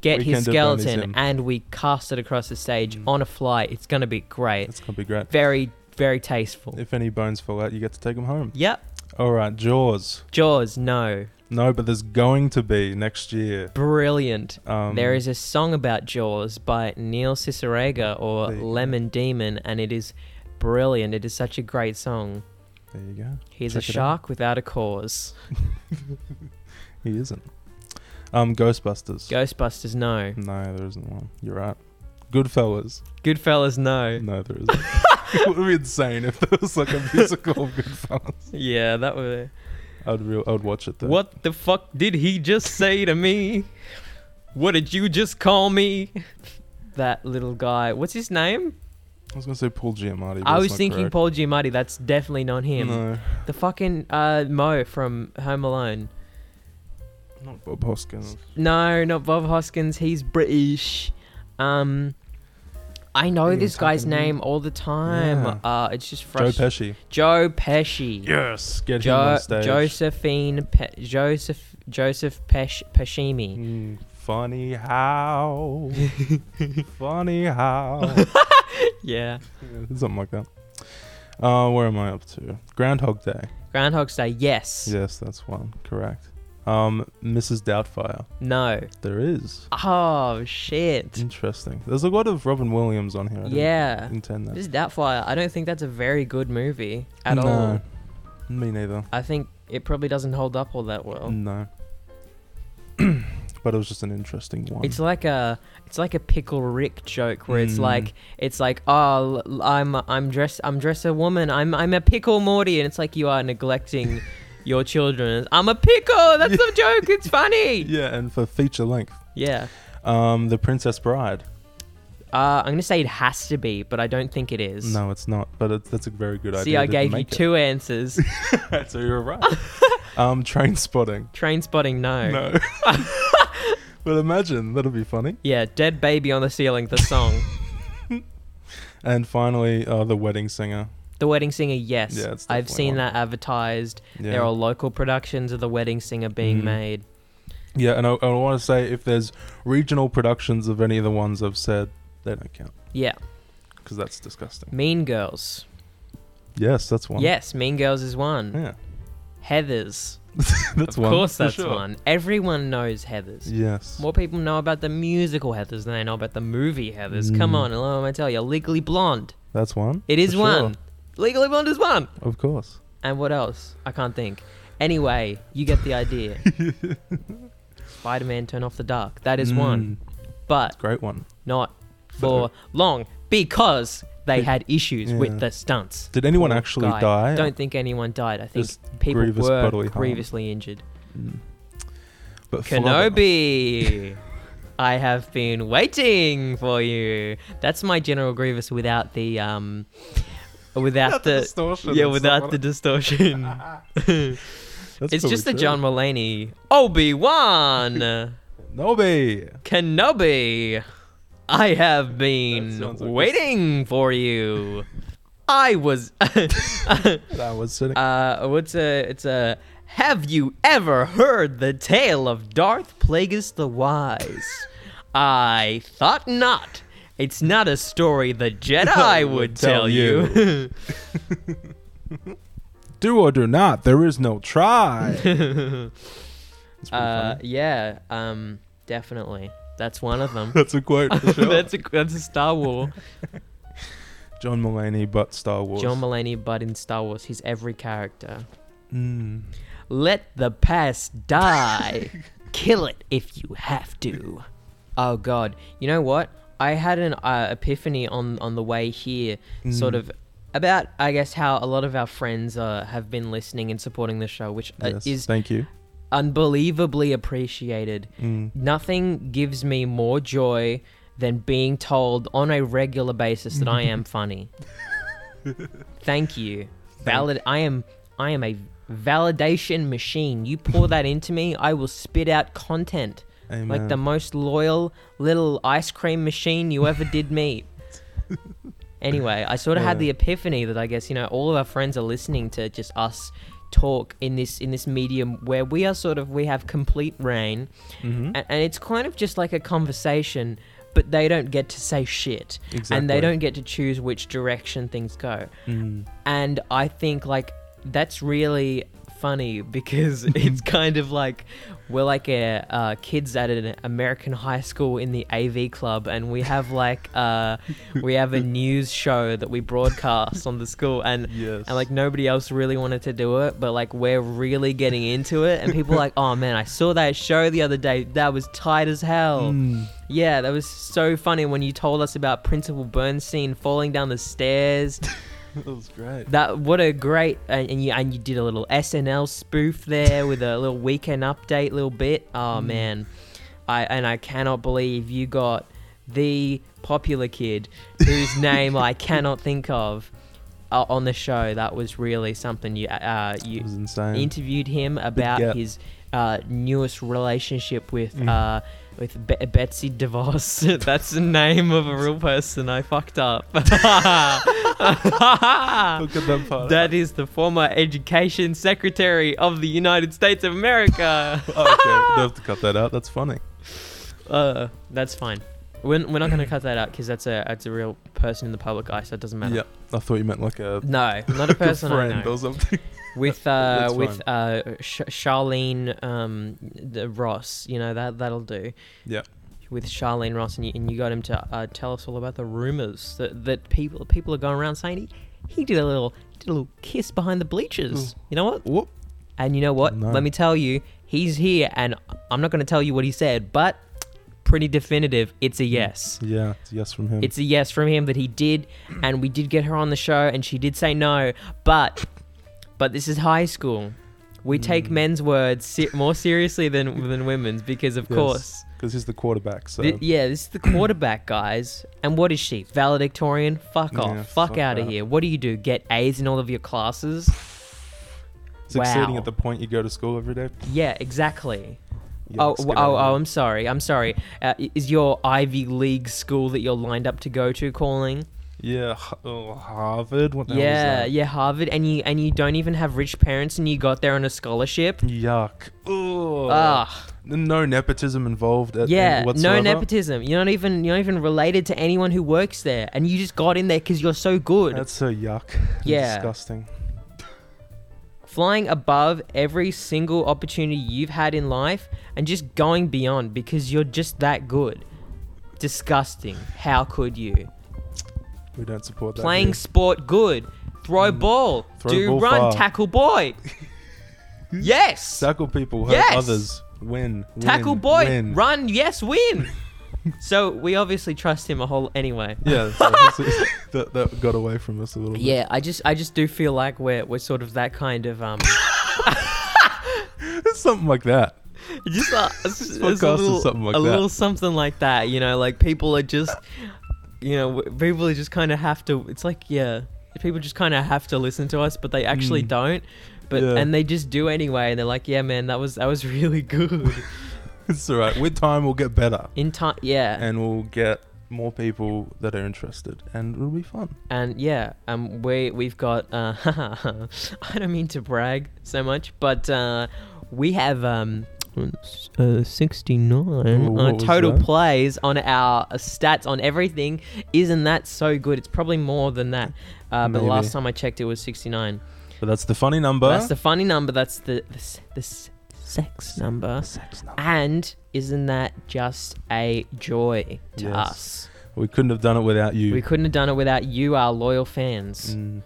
[SPEAKER 2] get
[SPEAKER 1] We
[SPEAKER 2] his
[SPEAKER 1] can demonize him.
[SPEAKER 2] skeleton and we cast it across the stage
[SPEAKER 1] Mm.
[SPEAKER 2] on a fly. It's going to be great.
[SPEAKER 1] That's gonna be great.
[SPEAKER 2] Very, very tasteful.
[SPEAKER 1] If any bones fall out, you get to take them home.
[SPEAKER 2] Yep.
[SPEAKER 1] All right, Jaws.
[SPEAKER 2] Jaws, no.
[SPEAKER 1] No, but there's going to be next year.
[SPEAKER 2] Brilliant.
[SPEAKER 1] Um,
[SPEAKER 2] There is a song about Jaws by Neil Cicerega or
[SPEAKER 1] There you go.
[SPEAKER 2] Lemon Demon, and it is brilliant. It is such a great song.
[SPEAKER 1] There you go.
[SPEAKER 2] He's a
[SPEAKER 1] Check it out.
[SPEAKER 2] shark without a cause.
[SPEAKER 1] He isn't. Um, Ghostbusters.
[SPEAKER 2] Ghostbusters, no.
[SPEAKER 1] no, there isn't one. You're right. Goodfellas.
[SPEAKER 2] Goodfellas, no.
[SPEAKER 1] No, there isn't. it would be insane if there was like a musical of Goodfellas.
[SPEAKER 2] Yeah, that was.
[SPEAKER 1] I would real I would watch it though.
[SPEAKER 2] What the fuck did he just say to me? What did you just call me? That little guy. What's his name?
[SPEAKER 1] I was gonna say Paul Giamatti. but
[SPEAKER 2] I
[SPEAKER 1] that's
[SPEAKER 2] was
[SPEAKER 1] not
[SPEAKER 2] thinking
[SPEAKER 1] correct.
[SPEAKER 2] Paul Giamatti. That's definitely not him.
[SPEAKER 1] No,
[SPEAKER 2] The fucking uh, Mo from Home Alone.
[SPEAKER 1] not Bob Hoskins.
[SPEAKER 2] No, not Bob Hoskins. He's British. Um, I know
[SPEAKER 1] Hey,
[SPEAKER 2] this
[SPEAKER 1] it's
[SPEAKER 2] guy's
[SPEAKER 1] happening.
[SPEAKER 2] name all the time. Uh, it's just
[SPEAKER 1] Joe
[SPEAKER 2] frustrating.
[SPEAKER 1] Pesci.
[SPEAKER 2] Joe Pesci.
[SPEAKER 1] Yes, get him
[SPEAKER 2] Jo-
[SPEAKER 1] on stage.
[SPEAKER 2] Josephine Pe- Joseph Joseph Pesh- Peshimi.
[SPEAKER 1] Mm, funny how, funny how,
[SPEAKER 2] Yeah.
[SPEAKER 1] something like that. Uh, where am I up to? Groundhog Day.
[SPEAKER 2] Groundhog's Day. Yes.
[SPEAKER 1] Yes, that's one. Correct. Um, Mrs. Doubtfire.
[SPEAKER 2] No.
[SPEAKER 1] There is.
[SPEAKER 2] Oh shit.
[SPEAKER 1] Interesting. There's a lot of Robin Williams on here. I didn't
[SPEAKER 2] Yeah.
[SPEAKER 1] Intend that.
[SPEAKER 2] This Doubtfire. I don't think that's a very good movie at
[SPEAKER 1] no,
[SPEAKER 2] all.
[SPEAKER 1] Me neither.
[SPEAKER 2] I think it probably doesn't hold up all that well.
[SPEAKER 1] No. but it was just an interesting one.
[SPEAKER 2] It's like a it's like a pickle Rick joke where it's
[SPEAKER 1] Mm.
[SPEAKER 2] like it's like oh l- I'm I'm dressed I'm dressed a woman I'm I'm a pickle Morty and it's like you are neglecting your children. I'm a pickle. That's the joke. It's funny.
[SPEAKER 1] yeah, and for feature length,
[SPEAKER 2] Yeah.
[SPEAKER 1] um, The Princess Bride.
[SPEAKER 2] Uh, I'm gonna say it has to be, but I don't think it is.
[SPEAKER 1] No, it's not. But it, that's a very good idea.
[SPEAKER 2] See, I
[SPEAKER 1] to
[SPEAKER 2] gave you
[SPEAKER 1] make it.
[SPEAKER 2] two answers.
[SPEAKER 1] so you're right. um, Train Spotting.
[SPEAKER 2] Train spotting, no.
[SPEAKER 1] No. well, imagine that'll be funny.
[SPEAKER 2] Yeah, dead baby on the ceiling. The song,
[SPEAKER 1] And finally, uh, The Wedding Singer.
[SPEAKER 2] the wedding singer. Yes,
[SPEAKER 1] Yeah, it's
[SPEAKER 2] I've
[SPEAKER 1] definitely
[SPEAKER 2] seen
[SPEAKER 1] one.
[SPEAKER 2] that advertised.
[SPEAKER 1] Yeah.
[SPEAKER 2] There are local productions of the wedding singer being
[SPEAKER 1] Mm.
[SPEAKER 2] made.
[SPEAKER 1] Yeah, and I, I want to say if there's regional productions of any of the ones I've said, they don't count
[SPEAKER 2] Yeah,
[SPEAKER 1] because that's disgusting.
[SPEAKER 2] Mean Girls.
[SPEAKER 1] Yes, that's one.
[SPEAKER 2] Yes, Mean Girls is one.
[SPEAKER 1] yeah,
[SPEAKER 2] Heather's.
[SPEAKER 1] that's
[SPEAKER 2] of
[SPEAKER 1] one.
[SPEAKER 2] course,
[SPEAKER 1] for
[SPEAKER 2] that's
[SPEAKER 1] sure.
[SPEAKER 2] one. Everyone knows Heather's.
[SPEAKER 1] Yes.
[SPEAKER 2] More people know about the musical Heathers than they know about the movie Heathers. Come
[SPEAKER 1] Mm.
[SPEAKER 2] on, let me tell you, Legally Blonde.
[SPEAKER 1] That's one.
[SPEAKER 2] It is
[SPEAKER 1] for sure.
[SPEAKER 2] one. Legally Blonde is one.
[SPEAKER 1] Of course.
[SPEAKER 2] And what else? I can't think. Anyway, you get the idea. Spider Man Turn Off the Dark. That is one.
[SPEAKER 1] Mm,
[SPEAKER 2] But
[SPEAKER 1] Great one.
[SPEAKER 2] not
[SPEAKER 1] But-
[SPEAKER 2] for long because they
[SPEAKER 1] Big-
[SPEAKER 2] had issues
[SPEAKER 1] yeah.
[SPEAKER 2] with the stunts.
[SPEAKER 1] Did anyone
[SPEAKER 2] Poor
[SPEAKER 1] actually
[SPEAKER 2] guy.
[SPEAKER 1] die?
[SPEAKER 2] Don't think anyone died. I think
[SPEAKER 1] Just
[SPEAKER 2] people
[SPEAKER 1] grievous
[SPEAKER 2] were
[SPEAKER 1] bodily harm.
[SPEAKER 2] grievously injured.
[SPEAKER 1] Mm. But Flubber-
[SPEAKER 2] Kenobi, I have been waiting for you. That's my General Grievous without the um, without
[SPEAKER 1] The
[SPEAKER 2] the,
[SPEAKER 1] distortion
[SPEAKER 2] yeah,
[SPEAKER 1] and
[SPEAKER 2] without
[SPEAKER 1] stuff.
[SPEAKER 2] the distortion.
[SPEAKER 1] That's
[SPEAKER 2] it's just the
[SPEAKER 1] probably
[SPEAKER 2] John Mulaney Obi Wan
[SPEAKER 1] true. Nobi.
[SPEAKER 2] Kenobi. I have been
[SPEAKER 1] sounds like a-
[SPEAKER 2] waiting for you. I was.
[SPEAKER 1] That was sitting.
[SPEAKER 2] Uh, what's a? It's a. Have you ever heard the tale of Darth Plagueis the Wise? I thought not. It's not a story the Jedi would tell you.
[SPEAKER 1] do or do not. There is no try. That's pretty
[SPEAKER 2] uh,
[SPEAKER 1] funny.
[SPEAKER 2] yeah. Um, definitely. That's one of them.
[SPEAKER 1] That's a quote. For sure.
[SPEAKER 2] that's a that's a Star Wars.
[SPEAKER 1] John Mulaney, but Star Wars.
[SPEAKER 2] John Mulaney, but in Star Wars, he's every character.
[SPEAKER 1] Mm.
[SPEAKER 2] Let the past die. Kill it if you have to. Oh god. You know what? I had an uh, epiphany on on the way here sort
[SPEAKER 1] Mm.
[SPEAKER 2] of about I guess how a lot of our friends uh, have been listening and supporting the show, which uh,
[SPEAKER 1] Yes,
[SPEAKER 2] is
[SPEAKER 1] thank you.
[SPEAKER 2] unbelievably appreciated.
[SPEAKER 1] Mm.
[SPEAKER 2] Nothing gives me more joy than being told on a regular basis that I am funny. Thank you. Valid I am I am a validation machine. You pour that into me, I will spit out content.
[SPEAKER 1] Amen.
[SPEAKER 2] Like the most loyal little ice cream machine you ever did meet. anyway, I sort of had
[SPEAKER 1] Yeah.
[SPEAKER 2] the epiphany that I guess you know all of our friends are listening to just us talk in this in this medium where we are sort of we have complete reign,
[SPEAKER 1] Mhm.
[SPEAKER 2] and, and it's kind of just like a conversation, but they don't get to say shit, and
[SPEAKER 1] Exactly.
[SPEAKER 2] they don't get to choose which direction things go
[SPEAKER 1] Mm.
[SPEAKER 2] and I think like that's really funny because it's kind of like we're like a uh, kids at an American high school in the AV club, and we have like uh, we have a news show that we broadcast on the school, and
[SPEAKER 1] Yes.
[SPEAKER 2] and like nobody else really wanted to do it, but like we're really getting into it, and people are like, oh man, I saw that show the other day, that was tight as hell.
[SPEAKER 1] Mm.
[SPEAKER 2] Yeah, that was so funny when you told us about Principal Bernstein falling down the stairs
[SPEAKER 1] that was great.
[SPEAKER 2] That what a great uh, and and you and you did a little SNL spoof there with a little weekend update little bit. Oh
[SPEAKER 1] Mm.
[SPEAKER 2] man, I and I cannot believe you got the popular kid whose name I cannot think of uh, on the show. That was really something. You uh,
[SPEAKER 1] It
[SPEAKER 2] you
[SPEAKER 1] was insane.
[SPEAKER 2] interviewed him about
[SPEAKER 1] gap.
[SPEAKER 2] his uh, newest relationship with
[SPEAKER 1] Mm.
[SPEAKER 2] uh, with Be- Betsy DeVos. That's the name of a real person. I fucked up.
[SPEAKER 1] Look at that part.
[SPEAKER 2] That is the former Education Secretary of the United States of America.
[SPEAKER 1] oh, okay, you have to cut that out. That's funny.
[SPEAKER 2] Uh, that's fine. We're, we're not going to cut that out because that's a that's a real person in the public eye, so it doesn't matter.
[SPEAKER 1] Yeah, I thought you meant like a
[SPEAKER 2] No, not a person I
[SPEAKER 1] friend
[SPEAKER 2] know.
[SPEAKER 1] or something.
[SPEAKER 2] with uh,
[SPEAKER 1] That's
[SPEAKER 2] with uh, Sh- Charlene um, the Ross. You know that that'll do.
[SPEAKER 1] Yeah.
[SPEAKER 2] With Charlene Ross, and you, and you got him to uh, tell us all about the rumors that, that people people are going around saying he, he did a little did a little kiss behind the bleachers. You know what?
[SPEAKER 1] Whoop.
[SPEAKER 2] And you know what?
[SPEAKER 1] No.
[SPEAKER 2] Let me tell you, he's here, and I'm not going to tell you what he said, but pretty definitive. It's a yes.
[SPEAKER 1] Yeah, it's a yes from him.
[SPEAKER 2] It's a yes from him that he did, and we did get her on the show, and she did say no, but but this is high school. We take
[SPEAKER 1] Mm.
[SPEAKER 2] men's words se- more seriously than than women's because, of
[SPEAKER 1] Yes.
[SPEAKER 2] course,
[SPEAKER 1] because he's the quarterback. So
[SPEAKER 2] Thi- yeah, this is the quarterback, guys. And what is she? Valedictorian? Fuck off!
[SPEAKER 1] Yeah,
[SPEAKER 2] fuck
[SPEAKER 1] fuck
[SPEAKER 2] out of
[SPEAKER 1] that.
[SPEAKER 2] here! What do you do? Get A's in all of your classes?
[SPEAKER 1] succeeding
[SPEAKER 2] wow.
[SPEAKER 1] at the point you go to school every day.
[SPEAKER 2] Yeah, exactly.
[SPEAKER 1] Yikes,
[SPEAKER 2] Oh,
[SPEAKER 1] get
[SPEAKER 2] oh,
[SPEAKER 1] out
[SPEAKER 2] oh,
[SPEAKER 1] of
[SPEAKER 2] I'm sorry. I'm sorry. Uh, i- is your Ivy League school that you're lined up to go to calling?
[SPEAKER 1] here. yeah, H- oh, Harvard. What the
[SPEAKER 2] yeah,
[SPEAKER 1] hell is
[SPEAKER 2] yeah, Harvard, and you and you don't even have rich parents, and you got there on a scholarship.
[SPEAKER 1] that? Yuck. Ugh.
[SPEAKER 2] Ah,
[SPEAKER 1] No nepotism involved. At
[SPEAKER 2] yeah, no
[SPEAKER 1] whatsoever.
[SPEAKER 2] nepotism. You're not even you're not even related to anyone who works there, and you just got in there because you're so good.
[SPEAKER 1] That's so yuck.
[SPEAKER 2] Yeah.
[SPEAKER 1] Disgusting.
[SPEAKER 2] Flying above every single opportunity you've had in life, and just going beyond because you're just that good. Disgusting. How could you?
[SPEAKER 1] We don't support that.
[SPEAKER 2] playing
[SPEAKER 1] here.
[SPEAKER 2] sport good, throw ball,
[SPEAKER 1] Mm. Throw
[SPEAKER 2] do
[SPEAKER 1] ball
[SPEAKER 2] run,
[SPEAKER 1] far.
[SPEAKER 2] tackle boy. yes.
[SPEAKER 1] Tackle people, hurt
[SPEAKER 2] Yes!
[SPEAKER 1] others, win.
[SPEAKER 2] tackle
[SPEAKER 1] win,
[SPEAKER 2] boy,
[SPEAKER 1] win.
[SPEAKER 2] run, yes, win. so we obviously trust him a whole anyway.
[SPEAKER 1] Yeah, so this is- that, that got away from us a little bit.
[SPEAKER 2] Yeah, I just I just do feel like we're we're sort of that kind of um
[SPEAKER 1] It's something like that.
[SPEAKER 2] just uh, it's- it's
[SPEAKER 1] podcast is
[SPEAKER 2] a little
[SPEAKER 1] something like
[SPEAKER 2] a
[SPEAKER 1] that.
[SPEAKER 2] little something like that, you know, like people are just you know, w- people just kind of have to it's like yeah, people just kind of have to listen to us but they actually
[SPEAKER 1] Mm.
[SPEAKER 2] don't. But
[SPEAKER 1] Yeah.
[SPEAKER 2] and they just do anyway and they're like, "Yeah, man, that was that was really good."
[SPEAKER 1] It's all right. With time, we'll get better,
[SPEAKER 2] In time, yeah.
[SPEAKER 1] and we'll get more people that are interested, and it'll be fun.
[SPEAKER 2] and yeah, um, we we've got. Uh, I don't mean to brag so much, but uh, we have um, s- uh, sixty
[SPEAKER 1] Ooh,
[SPEAKER 2] nine
[SPEAKER 1] what
[SPEAKER 2] uh,
[SPEAKER 1] was
[SPEAKER 2] total
[SPEAKER 1] that?
[SPEAKER 2] plays on our uh, stats on everything. Isn't that so good? It's probably more than that. Uh, but
[SPEAKER 1] Maybe.
[SPEAKER 2] last time I checked, it was sixty nine.
[SPEAKER 1] But that's the funny number.
[SPEAKER 2] That's the funny number. That's the the, s- the s- sex number.
[SPEAKER 1] sex number.
[SPEAKER 2] And isn't that just a joy to
[SPEAKER 1] Yes.
[SPEAKER 2] us?
[SPEAKER 1] We couldn't have done it without you.
[SPEAKER 2] We couldn't have done it without you, our loyal fans.
[SPEAKER 1] Mm.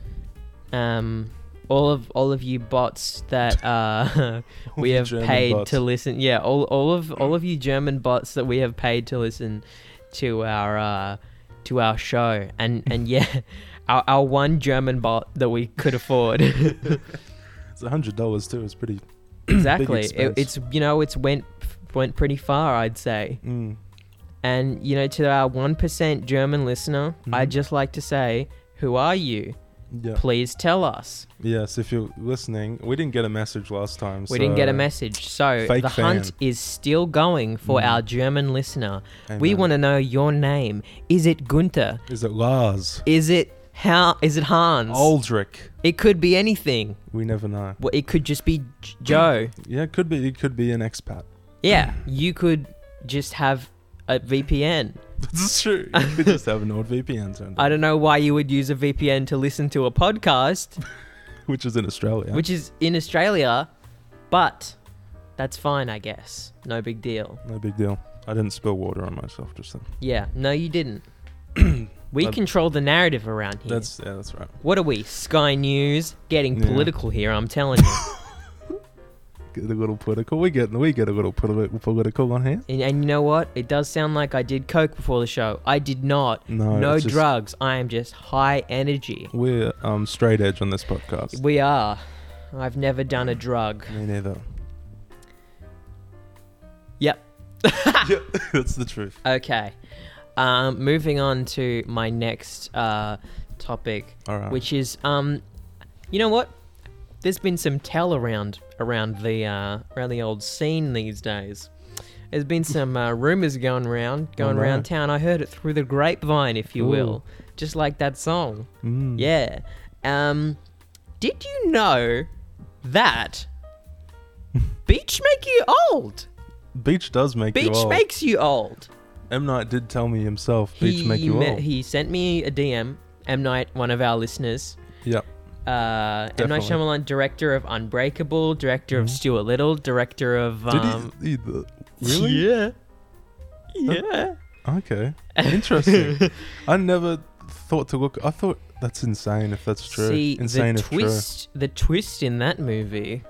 [SPEAKER 2] um, all of all of you bots that uh, we
[SPEAKER 1] you
[SPEAKER 2] have
[SPEAKER 1] German
[SPEAKER 2] paid
[SPEAKER 1] bots.
[SPEAKER 2] to listen. Yeah, all, all of all of you German bots that we have paid to listen to our uh, to our show, and and yeah, our, our one German bot that we could afford.
[SPEAKER 1] It's a hundred dollars too. It's pretty.
[SPEAKER 2] exactly,
[SPEAKER 1] expense.
[SPEAKER 2] it, it's you know it's went went pretty far, I'd say.
[SPEAKER 1] Mm.
[SPEAKER 2] And you know to our one percent German listener, I'd
[SPEAKER 1] Mhm.
[SPEAKER 2] just like to say, who are you?
[SPEAKER 1] Yeah.
[SPEAKER 2] Please tell us.
[SPEAKER 1] Yes. If you're listening, we didn't get a message last time.
[SPEAKER 2] We didn't get a
[SPEAKER 1] so-
[SPEAKER 2] message. So
[SPEAKER 1] Fake
[SPEAKER 2] the hunt
[SPEAKER 1] fan.
[SPEAKER 2] is still going for
[SPEAKER 1] Mm.
[SPEAKER 2] our German listener. We
[SPEAKER 1] Amen.
[SPEAKER 2] want to know your name. Is it Gunther?
[SPEAKER 1] Is it Lars?
[SPEAKER 2] Is it how? Is it Hans?
[SPEAKER 1] Oh. Aldrich.
[SPEAKER 2] It could be anything.
[SPEAKER 1] We never know.
[SPEAKER 2] Well, it could just be J- Joe.
[SPEAKER 1] Yeah, it could be. It could be an expat.
[SPEAKER 2] Yeah, you could just have a VPN.
[SPEAKER 1] That's true. You could just have an old VPN turned
[SPEAKER 2] I
[SPEAKER 1] on,
[SPEAKER 2] don't know why you would use a VPN to listen to a podcast,
[SPEAKER 1] which is in Australia.
[SPEAKER 2] which is in Australia, but that's fine, I guess. No big deal.
[SPEAKER 1] No big deal. I didn't spill water on myself just then.
[SPEAKER 2] Yeah, no, you didn't. we
[SPEAKER 1] That-
[SPEAKER 2] control the narrative around here.
[SPEAKER 1] That's yeah, that's right.
[SPEAKER 2] What are we? Sky News? Getting
[SPEAKER 1] Yeah.
[SPEAKER 2] political here, I'm telling you.
[SPEAKER 1] the little political. We get we get a little polit- political on here.
[SPEAKER 2] And, and you know what? It does sound like I did coke before the show. I did not.
[SPEAKER 1] No,
[SPEAKER 2] no
[SPEAKER 1] it's just-
[SPEAKER 2] drugs. I am just high energy.
[SPEAKER 1] We're um, straight edge on this podcast.
[SPEAKER 2] We are. I've never done a drug.
[SPEAKER 1] Me neither.
[SPEAKER 2] Yep.
[SPEAKER 1] yeah, that's the truth.
[SPEAKER 2] Okay. Um, moving on to my next uh, topic,
[SPEAKER 1] All right.
[SPEAKER 2] which is, um, you know what? There's been some tell around around the uh, around the old scene these days. There's been some uh, rumors going around going
[SPEAKER 1] no.
[SPEAKER 2] around town. I heard it through the grapevine, if you
[SPEAKER 1] Ooh.
[SPEAKER 2] will, just like that song.
[SPEAKER 1] Mm.
[SPEAKER 2] Yeah. Um, did you know that beach make you old?
[SPEAKER 1] Beach does make
[SPEAKER 2] Beach
[SPEAKER 1] you old.
[SPEAKER 2] makes you old.
[SPEAKER 1] M Night did tell me himself. Beach make you
[SPEAKER 2] me-
[SPEAKER 1] old.
[SPEAKER 2] He sent me a DM. M Night, one of our listeners.
[SPEAKER 1] yep.
[SPEAKER 2] Uh, M Night
[SPEAKER 1] Definitely. Mm-hmm.
[SPEAKER 2] Shyamalan, director of Unbreakable, director of Stuart Little, director of um,
[SPEAKER 1] did he, he- the- really?
[SPEAKER 2] Yeah, yeah.
[SPEAKER 1] Okay. Interesting. I never thought to look. I thought that's insane. If that's true,
[SPEAKER 2] See,
[SPEAKER 1] insane
[SPEAKER 2] the
[SPEAKER 1] if
[SPEAKER 2] twist, the twist in that movie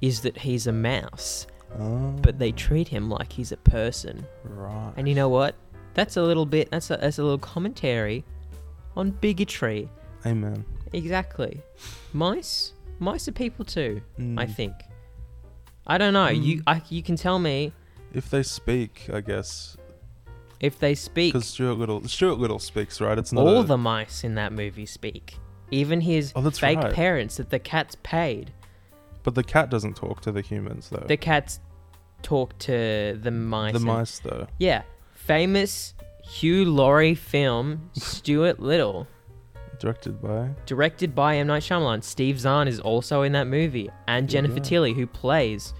[SPEAKER 2] is that he's a mouse,
[SPEAKER 1] true. Oh,
[SPEAKER 2] but they treat him like he's a person.
[SPEAKER 1] right.
[SPEAKER 2] And you know what? That's a little bit. That's a, that's a little commentary on bigotry.
[SPEAKER 1] Amen.
[SPEAKER 2] Exactly. Mice, mice are people too. I
[SPEAKER 1] Mm.
[SPEAKER 2] think. I don't know. You,
[SPEAKER 1] Mm.
[SPEAKER 2] I, you can tell me
[SPEAKER 1] If they speak, I guess,
[SPEAKER 2] if they speak.
[SPEAKER 1] because Stuart Little, Stuart Little speaks, right? It's not
[SPEAKER 2] All
[SPEAKER 1] a-
[SPEAKER 2] the mice in that movie speak. Even his
[SPEAKER 1] Oh, that's
[SPEAKER 2] fake
[SPEAKER 1] right.
[SPEAKER 2] parents that the cat's paid.
[SPEAKER 1] but the cat doesn't talk to the humans though.
[SPEAKER 2] The cats talk to the mice.
[SPEAKER 1] the
[SPEAKER 2] and-
[SPEAKER 1] mice though.
[SPEAKER 2] Yeah. Famous Hugh Laurie film, Stuart Little,
[SPEAKER 1] Directed by
[SPEAKER 2] directed by M. Night Shyamalan. Steve Zahn is also in that movie. And Jennifer
[SPEAKER 1] Yeah.
[SPEAKER 2] Tilly, who plays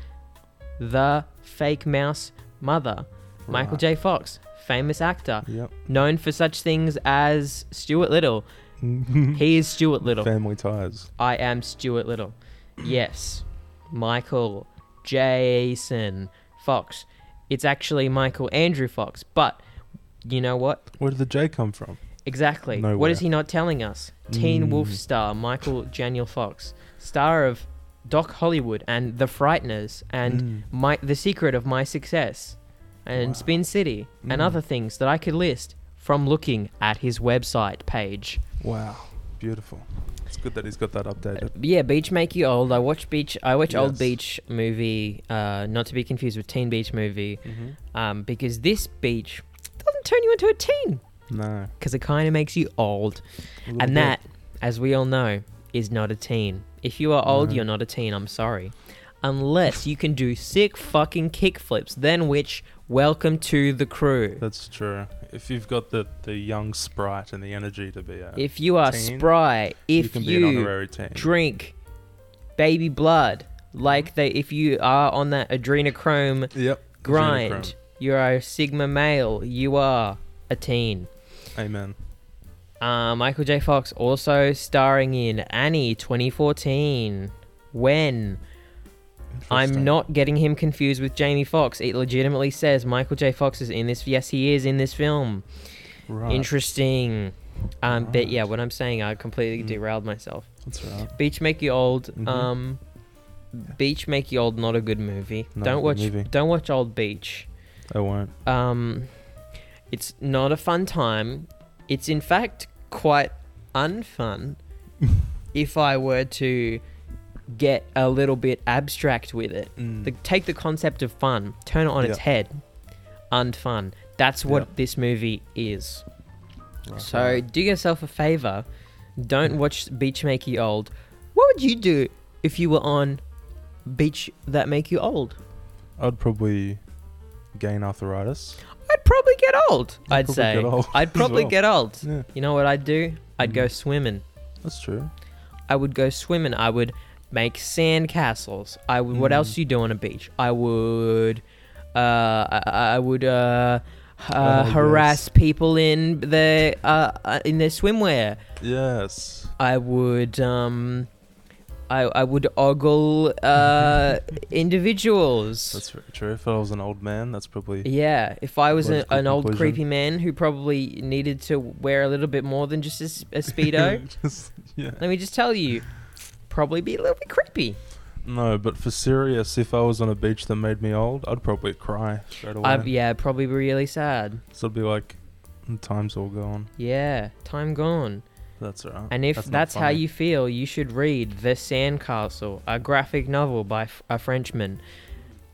[SPEAKER 2] the fake mouse mother. Michael
[SPEAKER 1] Right.
[SPEAKER 2] J. Fox, famous actor.
[SPEAKER 1] Yep.
[SPEAKER 2] known for such things as Stuart Little. He is Stuart Little.
[SPEAKER 1] Family Ties.
[SPEAKER 2] I am Stuart Little. Yes, Michael Jason Fox. It's actually Michael Andrew Fox, but you know what?
[SPEAKER 1] Where did the J come from?
[SPEAKER 2] Exactly. What
[SPEAKER 1] Nowhere.
[SPEAKER 2] is he not telling us? Teen Wolf
[SPEAKER 1] Mm.
[SPEAKER 2] star Michael Janiel Fox, star of Doc Hollywood and The Frighteners and
[SPEAKER 1] Mm.
[SPEAKER 2] my The Secret of My Success and
[SPEAKER 1] Wow.
[SPEAKER 2] Spin City and
[SPEAKER 1] Mm.
[SPEAKER 2] other things that I could list from looking at his website page.
[SPEAKER 1] Wow, beautiful. It's good that he's got that updated.
[SPEAKER 2] Yeah, Beach Make You Old. I watch Beach I watch old
[SPEAKER 1] Yes.
[SPEAKER 2] Beach movie, uh, not to be confused with Teen Beach movie,
[SPEAKER 1] Mm-hmm.
[SPEAKER 2] um, because this beach doesn't turn you into a teen
[SPEAKER 1] No,
[SPEAKER 2] because it kind of makes you old.
[SPEAKER 1] a little
[SPEAKER 2] and
[SPEAKER 1] bit.
[SPEAKER 2] that, as we all know, is not a teen. If you are old,
[SPEAKER 1] No.
[SPEAKER 2] you're not a teen. I'm sorry, unless you can do sick fucking kickflips. Then which, welcome to the crew.
[SPEAKER 1] That's true. If you've got the, the young sprite and the energy to be a,
[SPEAKER 2] If you are
[SPEAKER 1] Uh, Teen,
[SPEAKER 2] spry,
[SPEAKER 1] you
[SPEAKER 2] if
[SPEAKER 1] can
[SPEAKER 2] you,
[SPEAKER 1] be an honorary teen.
[SPEAKER 2] drink baby blood, like they, if you are on that adrenochrome
[SPEAKER 1] yep.
[SPEAKER 2] grind,
[SPEAKER 1] Adrenochrome.
[SPEAKER 2] you are a sigma male. You are a teen.
[SPEAKER 1] Amen.
[SPEAKER 2] Uh, Michael J. Fox also starring in Annie 2014. When I'm
[SPEAKER 1] Interesting.
[SPEAKER 2] not getting him confused with Jamie Fox. It legitimately says Michael J. Fox is in this. Yes, he is in this film.
[SPEAKER 1] Right.
[SPEAKER 2] Interesting. Um, But
[SPEAKER 1] Right. Mm.
[SPEAKER 2] yeah, what I'm saying, I completely derailed myself.
[SPEAKER 1] That's right.
[SPEAKER 2] Beach Make You Old.
[SPEAKER 1] Mhm.
[SPEAKER 2] Um, Beach Make You Old. Not a good movie.
[SPEAKER 1] Not a
[SPEAKER 2] don't
[SPEAKER 1] good
[SPEAKER 2] watch.
[SPEAKER 1] movie.
[SPEAKER 2] Don't watch Old Beach.
[SPEAKER 1] I won't.
[SPEAKER 2] Um, it's not a fun time. It's in fact quite unfun. if I were to get a little bit abstract with it,
[SPEAKER 1] Mm.
[SPEAKER 2] the, take the concept of fun, turn it on its
[SPEAKER 1] Yeah.
[SPEAKER 2] head, unfun. That's what
[SPEAKER 1] Yeah. Uh-huh.
[SPEAKER 2] this movie is.
[SPEAKER 1] Right.
[SPEAKER 2] So do yourself a favor. Don't watch Beach Make You Old. What would you do if you were on Beach That Make You Old?
[SPEAKER 1] I'd probably gain arthritis.
[SPEAKER 2] I'd probably get old.
[SPEAKER 1] You'd
[SPEAKER 2] I'd
[SPEAKER 1] probably
[SPEAKER 2] say.
[SPEAKER 1] get old
[SPEAKER 2] I'd
[SPEAKER 1] as
[SPEAKER 2] probably
[SPEAKER 1] well.
[SPEAKER 2] get old.
[SPEAKER 1] Yeah,
[SPEAKER 2] You know what I'd do? I'd go
[SPEAKER 1] Mm-hmm.
[SPEAKER 2] swimming.
[SPEAKER 1] that's true.
[SPEAKER 2] I would go swimming. I would make sand castles. I would. What
[SPEAKER 1] Mm-hmm.
[SPEAKER 2] else do you do on a beach? I would. Uh, I, I would uh, uh,
[SPEAKER 1] Oh,
[SPEAKER 2] harass
[SPEAKER 1] yes.
[SPEAKER 2] people in their uh, uh, in their swimwear.
[SPEAKER 1] Yes.
[SPEAKER 2] I would. Um, I, I would ogle uh, individuals.
[SPEAKER 1] That's very true. If I was an old man, that's probably.
[SPEAKER 2] Yeah, if I was a,
[SPEAKER 1] Logical
[SPEAKER 2] an old
[SPEAKER 1] conclusion.
[SPEAKER 2] creepy man who probably needed to wear a little bit more than just a, s- a speedo,
[SPEAKER 1] Just- yeah.
[SPEAKER 2] let me just tell you, probably be a little bit creepy.
[SPEAKER 1] No, but for serious, if I was on a beach that made me old, I'd probably cry straight away.
[SPEAKER 2] I, yeah, probably really sad.
[SPEAKER 1] So it'd be like, "Mm, time's all gone.
[SPEAKER 2] Yeah, time gone.
[SPEAKER 1] That's all right.
[SPEAKER 2] And if that's,
[SPEAKER 1] not
[SPEAKER 2] how
[SPEAKER 1] funny.
[SPEAKER 2] you feel, you should read The Sandcastle, a graphic novel by f- a Frenchman.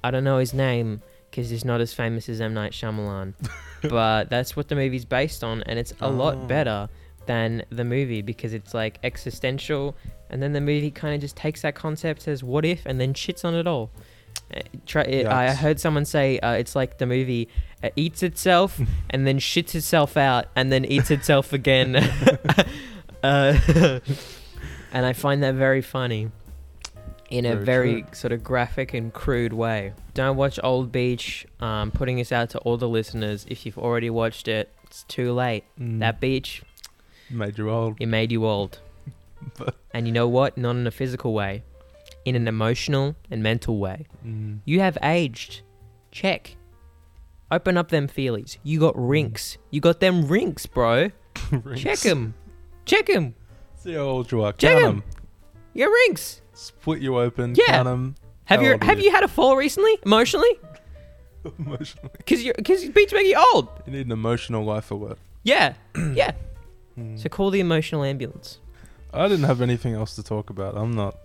[SPEAKER 2] I don't know his name because he's not as famous as M. Night Shyamalan. but that's what the movie's based on, and it's a
[SPEAKER 1] Oh.
[SPEAKER 2] lot better than the movie because it's like existential, and then the movie kind of just takes that concept, says what if, and then shits on it all. Uh, Try, it, I
[SPEAKER 1] Yikes.
[SPEAKER 2] heard someone say uh, it's like the movie uh, eats itself and then shits itself out and then eats itself again. uh, and I find that very funny in a
[SPEAKER 1] Very
[SPEAKER 2] very
[SPEAKER 1] true.
[SPEAKER 2] sort of graphic and crude way. Don't watch Old Beach. Um, putting this out to all the listeners. If you've already watched it, it's too late.
[SPEAKER 1] Mm,
[SPEAKER 2] That beach,
[SPEAKER 1] made you old.
[SPEAKER 2] it made you old.
[SPEAKER 1] But-
[SPEAKER 2] and you know what? Not in a physical way, in an emotional and mental way.
[SPEAKER 1] Mm,
[SPEAKER 2] You have aged. Check. Open up them feelies. You got
[SPEAKER 1] Mm.
[SPEAKER 2] rinks. You got them rinks, bro. Check
[SPEAKER 1] Rings.
[SPEAKER 2] them. Check them.
[SPEAKER 1] See how old you are.
[SPEAKER 2] Check
[SPEAKER 1] Count
[SPEAKER 2] 'em.
[SPEAKER 1] 'em.
[SPEAKER 2] Your rinks.
[SPEAKER 1] Split you open.
[SPEAKER 2] Yeah.
[SPEAKER 1] Count 'em.
[SPEAKER 2] Have
[SPEAKER 1] How
[SPEAKER 2] you
[SPEAKER 1] old are
[SPEAKER 2] have
[SPEAKER 1] you?
[SPEAKER 2] you had a fall recently emotionally?
[SPEAKER 1] Emotionally.
[SPEAKER 2] Cause you cause beach make you old.
[SPEAKER 1] You need an emotional life alert.
[SPEAKER 2] Yeah, yeah.
[SPEAKER 1] Mm.
[SPEAKER 2] So call the emotional ambulance.
[SPEAKER 1] I didn't have anything else to talk about. I'm not.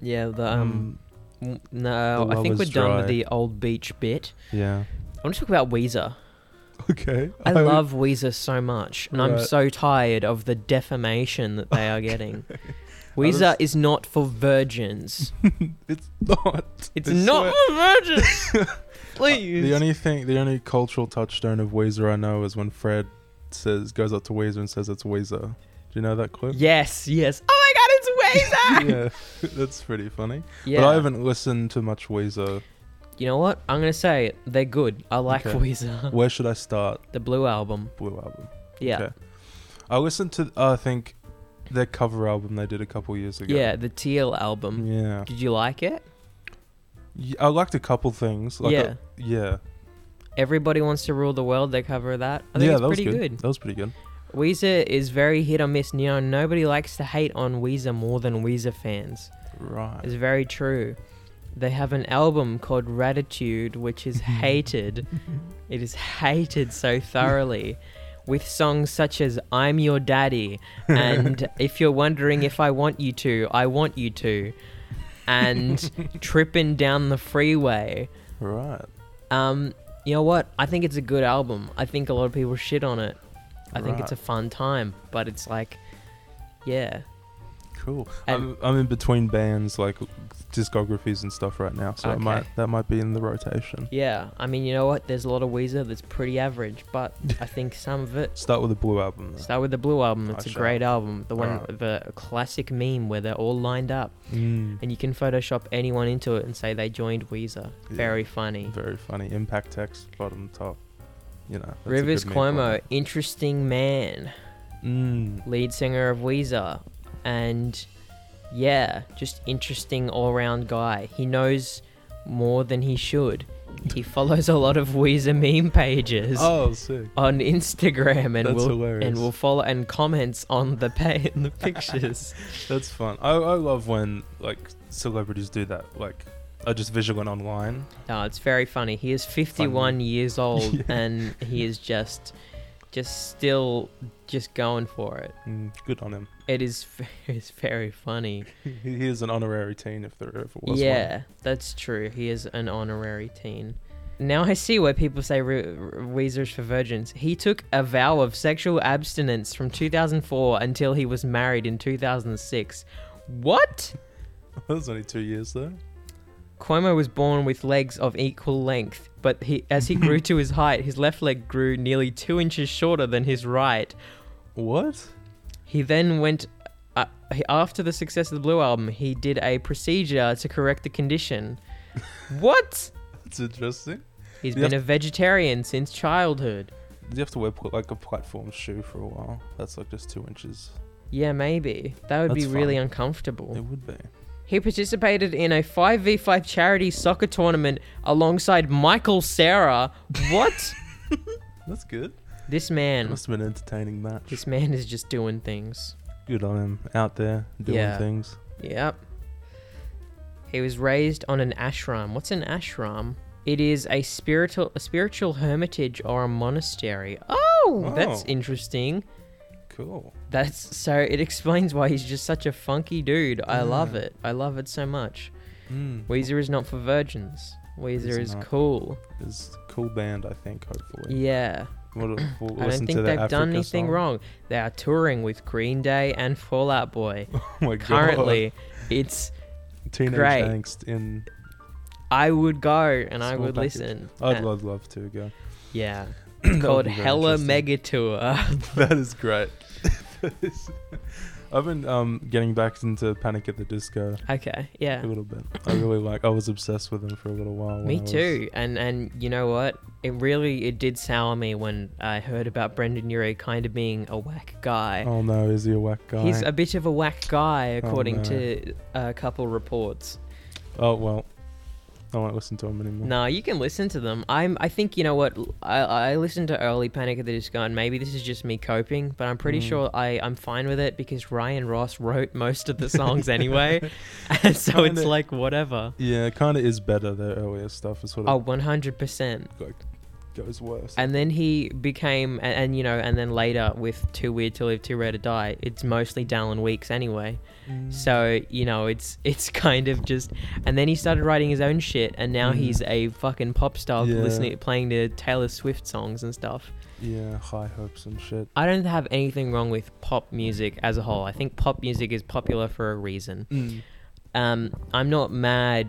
[SPEAKER 2] Yeah, the
[SPEAKER 1] Um,
[SPEAKER 2] w- no,
[SPEAKER 1] the
[SPEAKER 2] I
[SPEAKER 1] love
[SPEAKER 2] think
[SPEAKER 1] is
[SPEAKER 2] we're done
[SPEAKER 1] dry.
[SPEAKER 2] with the old beach bit.
[SPEAKER 1] yeah.
[SPEAKER 2] I want to talk about Weezer.
[SPEAKER 1] Okay.
[SPEAKER 2] I love Weezer so much, and I'm
[SPEAKER 1] Right.
[SPEAKER 2] so tired of the defamation that they are getting. Weezer is not for virgins.
[SPEAKER 1] It's not.
[SPEAKER 2] It's
[SPEAKER 1] I swear.
[SPEAKER 2] not for virgins. Please.
[SPEAKER 1] Uh, The only thing, the only cultural touchstone of Weezer I know is when Fred says goes up to Weezer and says it's Weezer. Do you know that clip?
[SPEAKER 2] yes, yes. Oh my God, it's Weezer.
[SPEAKER 1] yeah, that's pretty funny.
[SPEAKER 2] yeah.
[SPEAKER 1] But I haven't listened to much Weezer.
[SPEAKER 2] You know what? I'm gonna say it. They're good. I like
[SPEAKER 1] Okay.
[SPEAKER 2] Weezer.
[SPEAKER 1] Where should I start?
[SPEAKER 2] The Blue Album.
[SPEAKER 1] Blue album.
[SPEAKER 2] Yeah.
[SPEAKER 1] Okay. I listened to uh, I think their cover album they did a couple years ago.
[SPEAKER 2] Yeah, the um, Teal album.
[SPEAKER 1] Yeah.
[SPEAKER 2] Did you like it?
[SPEAKER 1] Y- I liked a couple things. Like
[SPEAKER 2] yeah.
[SPEAKER 1] a- yeah.
[SPEAKER 2] Everybody Wants to Rule the World, they cover that. I think
[SPEAKER 1] yeah,
[SPEAKER 2] it's
[SPEAKER 1] that was
[SPEAKER 2] pretty good.
[SPEAKER 1] That was pretty good.
[SPEAKER 2] Weezer is very hit or miss. You know, nobody likes to hate on Weezer more than Weezer fans.
[SPEAKER 1] Right.
[SPEAKER 2] It's very true. They have an album called Ratitude, which is hated. it is hated so thoroughly. With songs such as I'm Your Daddy and If You're Wondering If I Want You To, I Want You To, and Trippin' Down the Freeway.
[SPEAKER 1] Right.
[SPEAKER 2] Um, you know what? I think it's a good album. I think a lot of people shit on it. I think it's
[SPEAKER 1] Right.
[SPEAKER 2] a fun time, but it's like, yeah,
[SPEAKER 1] Cool.
[SPEAKER 2] And-
[SPEAKER 1] I'm, I'm in between bands, like discographies and stuff right now, so it
[SPEAKER 2] Okay.
[SPEAKER 1] might that might be in the rotation.
[SPEAKER 2] yeah. I mean, you know what? There's a lot of Weezer that's pretty average, but I think some of it.
[SPEAKER 1] Start with the blue album. Though.
[SPEAKER 2] Start with the Blue album. It's
[SPEAKER 1] I
[SPEAKER 2] a
[SPEAKER 1] shall.
[SPEAKER 2] great album. The one,
[SPEAKER 1] Alright.
[SPEAKER 2] the classic meme where they're all lined up,
[SPEAKER 1] Mm,
[SPEAKER 2] and you can Photoshop anyone into it and say they joined Weezer.
[SPEAKER 1] Yeah.
[SPEAKER 2] Very funny.
[SPEAKER 1] very funny. Impact text, bottom top. You know. that's a
[SPEAKER 2] Rivers
[SPEAKER 1] good meme for
[SPEAKER 2] Cuomo,
[SPEAKER 1] it.
[SPEAKER 2] interesting man.
[SPEAKER 1] Mm,
[SPEAKER 2] lead singer of Weezer, and yeah, just interesting all-round guy. He knows more than he should. He follows a lot of Weezer meme pages
[SPEAKER 1] Oh, sick.
[SPEAKER 2] on Instagram, and
[SPEAKER 1] That's
[SPEAKER 2] will
[SPEAKER 1] hilarious.
[SPEAKER 2] and will follow and comments on the pay the pictures.
[SPEAKER 1] That's fun. I, I love when like celebrities do that. Like, I just visual online.
[SPEAKER 2] no, it's very funny. He is 51 years old, and he is just just still just going for it.
[SPEAKER 1] Mm, good on him.
[SPEAKER 2] It is it's very funny.
[SPEAKER 1] He he is an honorary teen if there ever was
[SPEAKER 2] yeah, that's true. He is an honorary teen. Now I see why people say Re- Re- Weezer's for virgins. He took a vow of sexual abstinence from 2004 until he was married in 2006. What?
[SPEAKER 1] one. That was only two years though.
[SPEAKER 2] Cuomo was born with legs of equal length, but he, as he grew to his height, his left leg grew nearly two inches shorter than his right.
[SPEAKER 1] What?
[SPEAKER 2] He then went. Uh, he- after the success of the Blue album, he did a procedure to correct the condition. what?
[SPEAKER 1] That's interesting.
[SPEAKER 2] He's
[SPEAKER 1] You
[SPEAKER 2] been a vegetarian since childhood.
[SPEAKER 1] You have to wear pl- like a platform shoe for a while. That's like just two inches.
[SPEAKER 2] Yeah, maybe. That would be
[SPEAKER 1] That's
[SPEAKER 2] really
[SPEAKER 1] fine.
[SPEAKER 2] uncomfortable.
[SPEAKER 1] It would be.
[SPEAKER 2] He participated in a 5v5 charity soccer tournament alongside Michael Sarah. What?
[SPEAKER 1] That's good.
[SPEAKER 2] this man.
[SPEAKER 1] Must have been an entertaining match.
[SPEAKER 2] This man is Mm. just doing things.
[SPEAKER 1] Good on him out there doing
[SPEAKER 2] Yeah.
[SPEAKER 1] things.
[SPEAKER 2] Yep. He was raised on an ashram. What's an ashram? It is a spiritual a spiritual hermitage or a monastery. Oh, that's
[SPEAKER 1] Oh.
[SPEAKER 2] interesting.
[SPEAKER 1] Cool.
[SPEAKER 2] That's so it explains why he's just such a funky dude. I love it. I love it so much.
[SPEAKER 1] Mm.
[SPEAKER 2] Weezer is not for virgins. Weezer
[SPEAKER 1] It's
[SPEAKER 2] is
[SPEAKER 1] not.
[SPEAKER 2] cool.
[SPEAKER 1] It's a cool band, I think, hopefully.
[SPEAKER 2] Yeah.
[SPEAKER 1] We'll, we'll listen
[SPEAKER 2] I don't
[SPEAKER 1] to
[SPEAKER 2] think
[SPEAKER 1] the
[SPEAKER 2] they've done
[SPEAKER 1] Africa
[SPEAKER 2] anything
[SPEAKER 1] song.
[SPEAKER 2] wrong. They are touring with Green Day and Fallout Boy.
[SPEAKER 1] Oh my God.
[SPEAKER 2] Currently, it's
[SPEAKER 1] Teenage
[SPEAKER 2] great.
[SPEAKER 1] angst in.
[SPEAKER 2] I would go and I
[SPEAKER 1] Small
[SPEAKER 2] would
[SPEAKER 1] package.
[SPEAKER 2] listen.
[SPEAKER 1] I'd
[SPEAKER 2] Uh,
[SPEAKER 1] love, love to go.
[SPEAKER 2] Yeah.
[SPEAKER 1] That would
[SPEAKER 2] Called
[SPEAKER 1] be very
[SPEAKER 2] Hella
[SPEAKER 1] interesting.
[SPEAKER 2] Mega Tour.
[SPEAKER 1] That is great. That is- I've been um, getting back into Panic at the Disco a
[SPEAKER 2] okay. Yeah.
[SPEAKER 1] little bit. I really like. I was obsessed with them for a little while. when I
[SPEAKER 2] Me
[SPEAKER 1] was-
[SPEAKER 2] too. And and you know what? It really it did sour me when I heard about Brendan Urie kind of being a whack guy.
[SPEAKER 1] Oh no, is he a whack guy?
[SPEAKER 2] He's a bit of a whack guy,
[SPEAKER 1] Oh,
[SPEAKER 2] according
[SPEAKER 1] no.
[SPEAKER 2] to a couple reports.
[SPEAKER 1] Oh well, I won't listen to him anymore.
[SPEAKER 2] No, you can listen to them. I'm. I think you know what. l- I, I listened to early Panic at the Disco, and maybe this is just me coping, but I'm pretty
[SPEAKER 1] Mm.
[SPEAKER 2] sure I I'm fine with it because Ryan Ross wrote most of the songs anyway, and so it's
[SPEAKER 1] Kinda.
[SPEAKER 2] like whatever.
[SPEAKER 1] Yeah, it kind of is better. Their earlier stuff is sort
[SPEAKER 2] Oh,
[SPEAKER 1] of
[SPEAKER 2] 100 percent.
[SPEAKER 1] goes worse.
[SPEAKER 2] Oh. And then he became, and, and you know, and then later with Too Weird to Live, Too Rare to Die, it's mostly Dallin Weeks anyway.
[SPEAKER 1] Mm.
[SPEAKER 2] So you know, it's it's kind of just. And then he started writing his own shit, and now
[SPEAKER 1] Mm.
[SPEAKER 2] he's a fucking pop star,
[SPEAKER 1] Yeah.
[SPEAKER 2] listening, playing to Taylor Swift songs and stuff.
[SPEAKER 1] yeah, high hopes and shit.
[SPEAKER 2] I don't have anything wrong with pop music as a whole. I think pop music is popular for a reason. Um, I'm not mad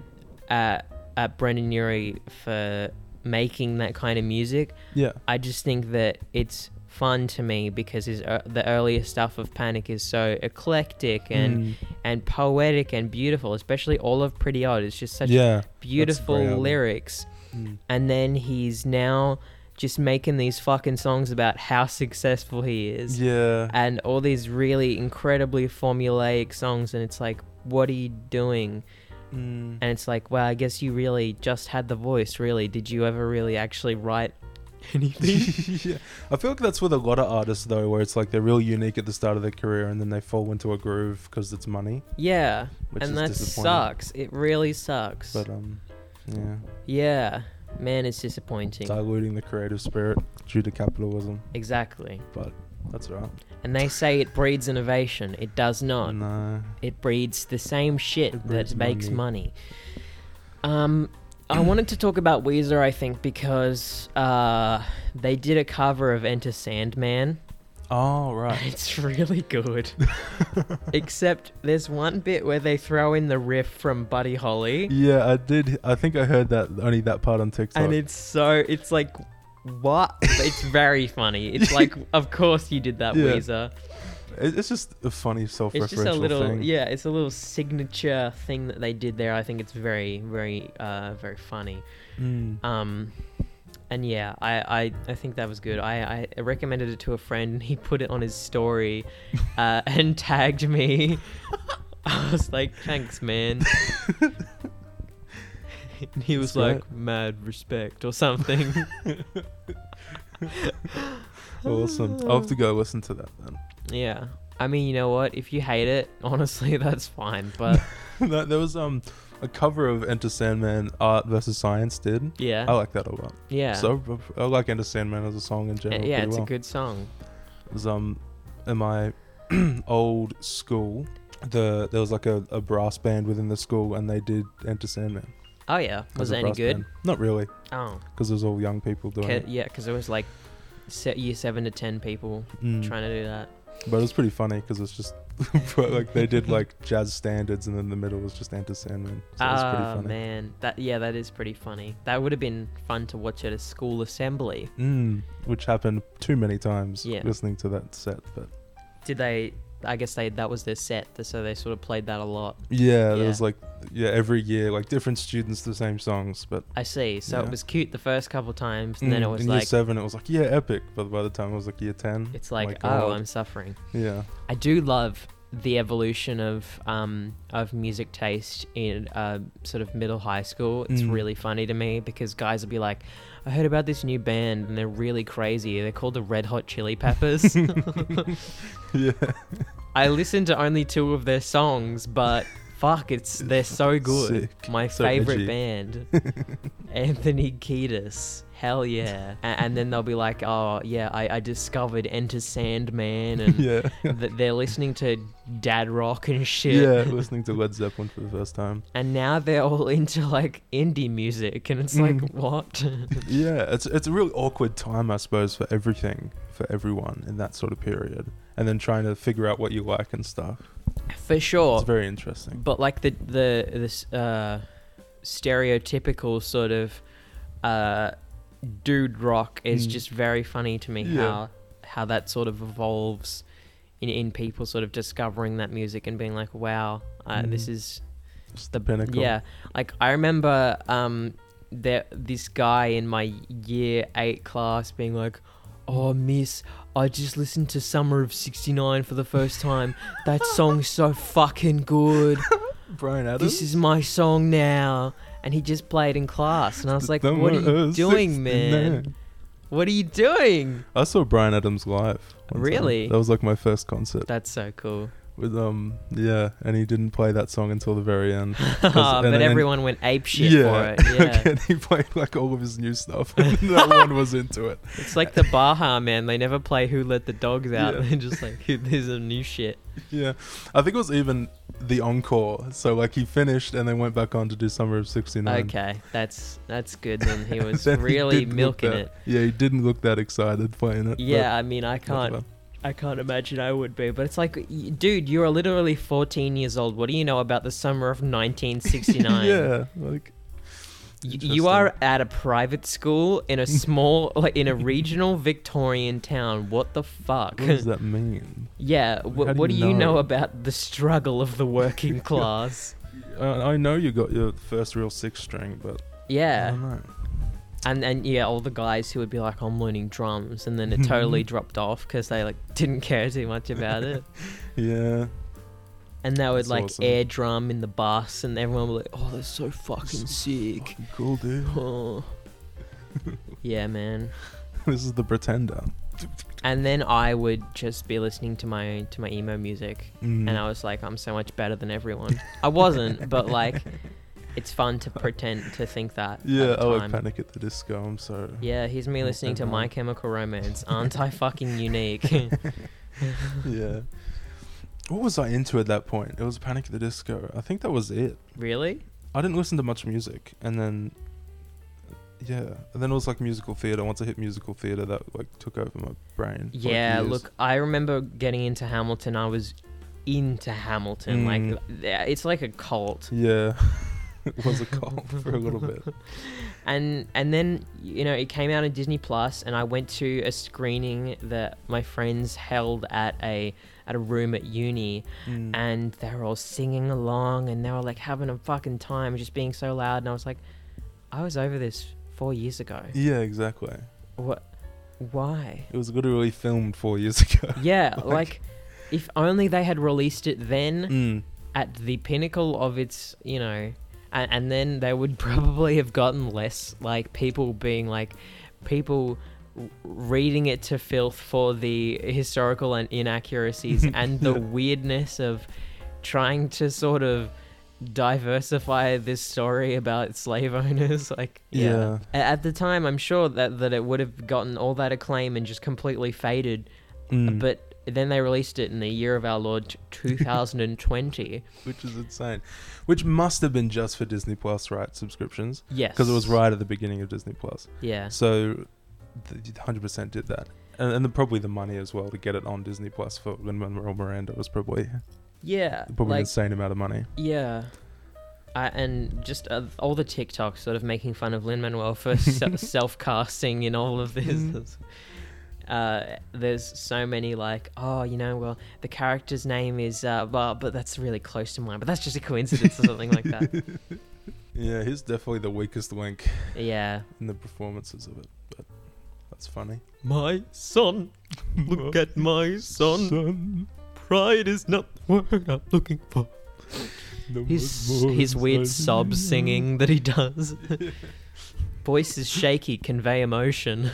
[SPEAKER 2] at at Brendan Urie for making that kind of music.
[SPEAKER 1] Yeah,
[SPEAKER 2] I just think that it's fun to me because his ear the earlier stuff of Panic is so eclectic and
[SPEAKER 1] Mm.
[SPEAKER 2] and poetic and beautiful, especially all of Pretty Odd. It's just such
[SPEAKER 1] yeah,
[SPEAKER 2] beautiful
[SPEAKER 1] album.
[SPEAKER 2] lyrics.
[SPEAKER 1] Mm.
[SPEAKER 2] And then he's now just making these fucking songs about how successful he is.
[SPEAKER 1] yeah.
[SPEAKER 2] And all these really incredibly formulaic songs, and it's like, what are you doing?
[SPEAKER 1] Mm.
[SPEAKER 2] And it's like, well, I guess you really just had the voice, really. Did you ever really actually write anything?
[SPEAKER 1] yeah. I feel like that's with a lot of artists though, where it's like they're real unique at the start of their career and then they fall into a groove because it's money,
[SPEAKER 2] yeah.
[SPEAKER 1] which
[SPEAKER 2] and
[SPEAKER 1] is
[SPEAKER 2] that
[SPEAKER 1] disappointing.
[SPEAKER 2] sucks. It really sucks.
[SPEAKER 1] But um, yeah,
[SPEAKER 2] yeah. Man, it's disappointing.
[SPEAKER 1] diluting the creative spirit due to capitalism.
[SPEAKER 2] Exactly.
[SPEAKER 1] That's right.
[SPEAKER 2] And they say it breeds innovation. It does not.
[SPEAKER 1] No.
[SPEAKER 2] It breeds the same
[SPEAKER 1] Mm. It
[SPEAKER 2] shit
[SPEAKER 1] breeds
[SPEAKER 2] that makes
[SPEAKER 1] money.
[SPEAKER 2] money. Um, I wanted to talk about Weezer, I think, because uh, they did a cover of Enter Sandman.
[SPEAKER 1] Oh right.
[SPEAKER 2] It's really good. Except there's one bit where they throw in the riff from Buddy Holly,
[SPEAKER 1] yeah, I did. I think I heard that only that part on TikTok.
[SPEAKER 2] and it's so it's like what? it's very funny. It's like, of course you did that,
[SPEAKER 1] Yeah.
[SPEAKER 2] Weezer.
[SPEAKER 1] It- it's just a funny self-referential
[SPEAKER 2] it's just a little
[SPEAKER 1] thing.
[SPEAKER 2] yeah it's a little signature thing that they did there i think it's very very uh very funny
[SPEAKER 1] Mm.
[SPEAKER 2] um and yeah i i, I think that was good I, I recommended it to a friend and he put it on his story uh and tagged me i was like thanks man and he was
[SPEAKER 1] That's right.
[SPEAKER 2] like mad respect or something
[SPEAKER 1] Awesome. I'll have to go listen to that then.
[SPEAKER 2] yeah i mean you know what if you hate it honestly that's fine but
[SPEAKER 1] There- there was um a cover of Enter Sandman Art versus Science did.
[SPEAKER 2] yeah
[SPEAKER 1] I like that a lot.
[SPEAKER 2] yeah
[SPEAKER 1] Oh, So I like Enter Sandman as a song in
[SPEAKER 2] Uh,
[SPEAKER 1] general.
[SPEAKER 2] yeah,
[SPEAKER 1] pretty
[SPEAKER 2] it's
[SPEAKER 1] well.
[SPEAKER 2] a good song.
[SPEAKER 1] was um in my old school the there was like a, a brass band within the school and they did Enter Sandman.
[SPEAKER 2] Oh yeah,
[SPEAKER 1] as
[SPEAKER 2] was
[SPEAKER 1] a
[SPEAKER 2] it any
[SPEAKER 1] brass
[SPEAKER 2] good?
[SPEAKER 1] band. Not really,
[SPEAKER 2] Oh,
[SPEAKER 1] because it was all young people doing
[SPEAKER 2] ca-
[SPEAKER 1] it.
[SPEAKER 2] yeah, because it was like se- year seven to ten people
[SPEAKER 1] Mm.
[SPEAKER 2] trying to do that.
[SPEAKER 1] But it was pretty funny because it's just like they did like jazz standards and in the middle was just Enter Sandman. So it was pretty
[SPEAKER 2] Ah
[SPEAKER 1] funny.
[SPEAKER 2] man, that yeah, that is pretty funny. That would have been fun to watch at a school assembly.
[SPEAKER 1] Mm, which happened too many times
[SPEAKER 2] Yeah.
[SPEAKER 1] listening to that set, but
[SPEAKER 2] Did they? I guess they that was their set, th- so they sort of played that a lot.
[SPEAKER 1] yeah,
[SPEAKER 2] Yeah.
[SPEAKER 1] there was like yeah every year like different students the same songs, but
[SPEAKER 2] I see. So
[SPEAKER 1] Yeah.
[SPEAKER 2] it was cute the first couple times, and then it
[SPEAKER 1] Mm,
[SPEAKER 2] was
[SPEAKER 1] in year
[SPEAKER 2] like
[SPEAKER 1] seven it was like yeah epic, but by the time it was like year ten,
[SPEAKER 2] it's
[SPEAKER 1] my
[SPEAKER 2] like oh,
[SPEAKER 1] God.
[SPEAKER 2] I'm suffering.
[SPEAKER 1] yeah.
[SPEAKER 2] I do love the evolution of um, of music taste in uh, sort of middle high school. It's
[SPEAKER 1] Mm.
[SPEAKER 2] really funny to me because guys will be like, "I heard about this new band and they're really crazy. They're called the Red Hot Chili Peppers."
[SPEAKER 1] Yeah.
[SPEAKER 2] I listened to only two of their songs, but Fuck, it's they're so good.
[SPEAKER 1] Sick.
[SPEAKER 2] My
[SPEAKER 1] So
[SPEAKER 2] favorite
[SPEAKER 1] edgy.
[SPEAKER 2] band, Anthony Kiedis. Hell yeah! A- And, then they'll be like, "Oh yeah, I, I discovered Enter Sandman," and
[SPEAKER 1] yeah.
[SPEAKER 2] th- they're listening to dad rock and shit.
[SPEAKER 1] yeah, listening to Led Zeppelin for the first time.
[SPEAKER 2] And now they're all into like indie music, and it's
[SPEAKER 1] Mm.
[SPEAKER 2] like, what?
[SPEAKER 1] yeah, it's it's a really awkward time, I suppose, for everything, for everyone in that sort of period, and then trying to figure out what you like and stuff.
[SPEAKER 2] For sure.
[SPEAKER 1] It's very interesting.
[SPEAKER 2] but like the the this uh, stereotypical sort of uh, dude rock is
[SPEAKER 1] Mm.
[SPEAKER 2] just very funny to me
[SPEAKER 1] Yeah.
[SPEAKER 2] how how that sort of evolves in in people sort of discovering that music and being like wow uh, this
[SPEAKER 1] Mm.
[SPEAKER 2] is
[SPEAKER 1] It's the pinnacle.
[SPEAKER 2] yeah like I remember um there this guy in my year eight class being like oh miss I just listened to Summer of '69 for the first time that song's so fucking good
[SPEAKER 1] Brian Adams.
[SPEAKER 2] this is my song now. And he just played in class. And I was like,
[SPEAKER 1] Number
[SPEAKER 2] what are you
[SPEAKER 1] is
[SPEAKER 2] doing, man?
[SPEAKER 1] 69.
[SPEAKER 2] What are you doing?
[SPEAKER 1] I saw Brian Adams live. one time.
[SPEAKER 2] Really?
[SPEAKER 1] That was like my first concert
[SPEAKER 2] That's so cool.
[SPEAKER 1] with um yeah, and he didn't play that song until the very end.
[SPEAKER 2] but
[SPEAKER 1] and- and-
[SPEAKER 2] everyone went ape shit for it. Yeah.
[SPEAKER 1] and he played like all of his new stuff. and no one was into it.
[SPEAKER 2] It's like the Baja man. They never play Who Let the Dogs Out.
[SPEAKER 1] Yeah.
[SPEAKER 2] They're just like, "Who- there's a new shit.
[SPEAKER 1] Yeah, I think it was even the encore. So like he finished and then went back on to do Summer of '69.
[SPEAKER 2] Okay, that's that's good. Then he was
[SPEAKER 1] Um, Then he
[SPEAKER 2] really
[SPEAKER 1] did look
[SPEAKER 2] milking
[SPEAKER 1] that-
[SPEAKER 2] it.
[SPEAKER 1] Yeah, he didn't look that excited playing it. but
[SPEAKER 2] Yeah, I mean, I can't.
[SPEAKER 1] whatever.
[SPEAKER 2] I can't imagine I would be, but it's like, y- dude, you are literally 14 years old. What do you know about the summer of 1969?
[SPEAKER 1] yeah, like
[SPEAKER 2] Y-
[SPEAKER 1] Interesting.
[SPEAKER 2] You are at a private school in a small, like in a regional Victorian town. What the fuck?
[SPEAKER 1] what does that mean?
[SPEAKER 2] yeah. Wh-
[SPEAKER 1] How do
[SPEAKER 2] what do
[SPEAKER 1] you
[SPEAKER 2] you know?
[SPEAKER 1] know?
[SPEAKER 2] about the struggle of the working class?
[SPEAKER 1] I, I know you got your first real six string, but I
[SPEAKER 2] Yeah.
[SPEAKER 1] don't know.
[SPEAKER 2] And and yeah, all the guys who would be like, I'm learning drums, and then it totally dropped off because they like didn't care too much about it.
[SPEAKER 1] Yeah,
[SPEAKER 2] And they would
[SPEAKER 1] That's
[SPEAKER 2] like
[SPEAKER 1] awesome.
[SPEAKER 2] air drum in the bus, and everyone would be like, oh, that's so fucking sick.
[SPEAKER 1] fucking cool dude.
[SPEAKER 2] Oh. yeah, man.
[SPEAKER 1] this is the Pretender.
[SPEAKER 2] and then I would just be listening to my to my emo music,
[SPEAKER 1] Mm.
[SPEAKER 2] and I was like, I'm so much better than everyone. I wasn't, but like, it's fun to pretend to think that. at
[SPEAKER 1] yeah,
[SPEAKER 2] the
[SPEAKER 1] I would
[SPEAKER 2] time.
[SPEAKER 1] panic at the disco. I'm sorry.
[SPEAKER 2] Yeah, here's me
[SPEAKER 1] Not
[SPEAKER 2] listening
[SPEAKER 1] so
[SPEAKER 2] to My
[SPEAKER 1] bad.
[SPEAKER 2] Chemical Romance. Aren't I fucking unique?
[SPEAKER 1] yeah. What was I into at that point? It was Panic at the Disco. I think that was it.
[SPEAKER 2] really?
[SPEAKER 1] I didn't listen to much music, and then yeah, and then it was like musical theater. Once I hit musical theater, that like took over my brain. for, like,
[SPEAKER 2] Yeah.
[SPEAKER 1] years.
[SPEAKER 2] Look, I remember getting into Hamilton. I was into
[SPEAKER 1] Mm.
[SPEAKER 2] Hamilton. Like, th- it's like a cult.
[SPEAKER 1] Yeah, it was a cult for a little bit.
[SPEAKER 2] and and then you know it came out on Disney Plus, and I went to a screening that my friends held at a at a room at uni,
[SPEAKER 1] Mm.
[SPEAKER 2] and they were all singing along, and they were like having a fucking time, just being so loud, and I was like, I was over this four years ago.
[SPEAKER 1] Yeah, exactly.
[SPEAKER 2] What? Why?
[SPEAKER 1] It was literally filmed four years ago.
[SPEAKER 2] Yeah,
[SPEAKER 1] Like-
[SPEAKER 2] like, if only they had released it
[SPEAKER 1] Mm.
[SPEAKER 2] then at the pinnacle of its, you know, and, and then they would probably have gotten less like people being like people w- reading it to filth for the historical and inaccuracies and the weirdness of trying to sort of diversify this story about slave owners like
[SPEAKER 1] Yeah.
[SPEAKER 2] yeah, A- at the time i'm sure that that it would have gotten all that acclaim and just completely faded
[SPEAKER 1] Mm.
[SPEAKER 2] but then they released it in the year of our Lord t- 2020.
[SPEAKER 1] Which is insane. Which must have been just for Disney Plus, right? Subscriptions.
[SPEAKER 2] yes.
[SPEAKER 1] Because it was right at the beginning of Disney Plus.
[SPEAKER 2] Yeah.
[SPEAKER 1] So, hundred percent did that, and, and then probably the money as well to get it on Disney Plus for Lin Manuel Miranda was probably
[SPEAKER 2] Yeah.
[SPEAKER 1] probably an
[SPEAKER 2] Like,
[SPEAKER 1] insane amount of money.
[SPEAKER 2] yeah. I, and just uh, all the TikToks sort of making fun of Lin Manuel for se- self casting in all of
[SPEAKER 1] Mm.
[SPEAKER 2] this. Uh, there's so many like, oh, you know, well, the character's name is, uh, well, but that's really close to mine, but that's just a coincidence or something like that.
[SPEAKER 1] Yeah, he's definitely the weakest link
[SPEAKER 2] Yeah.
[SPEAKER 1] in the performances of it, but that's funny.
[SPEAKER 2] My son, look at my son. Pride is not the word I'm looking for. His, his weird sob singing that he does. Voice is shaky, convey emotion.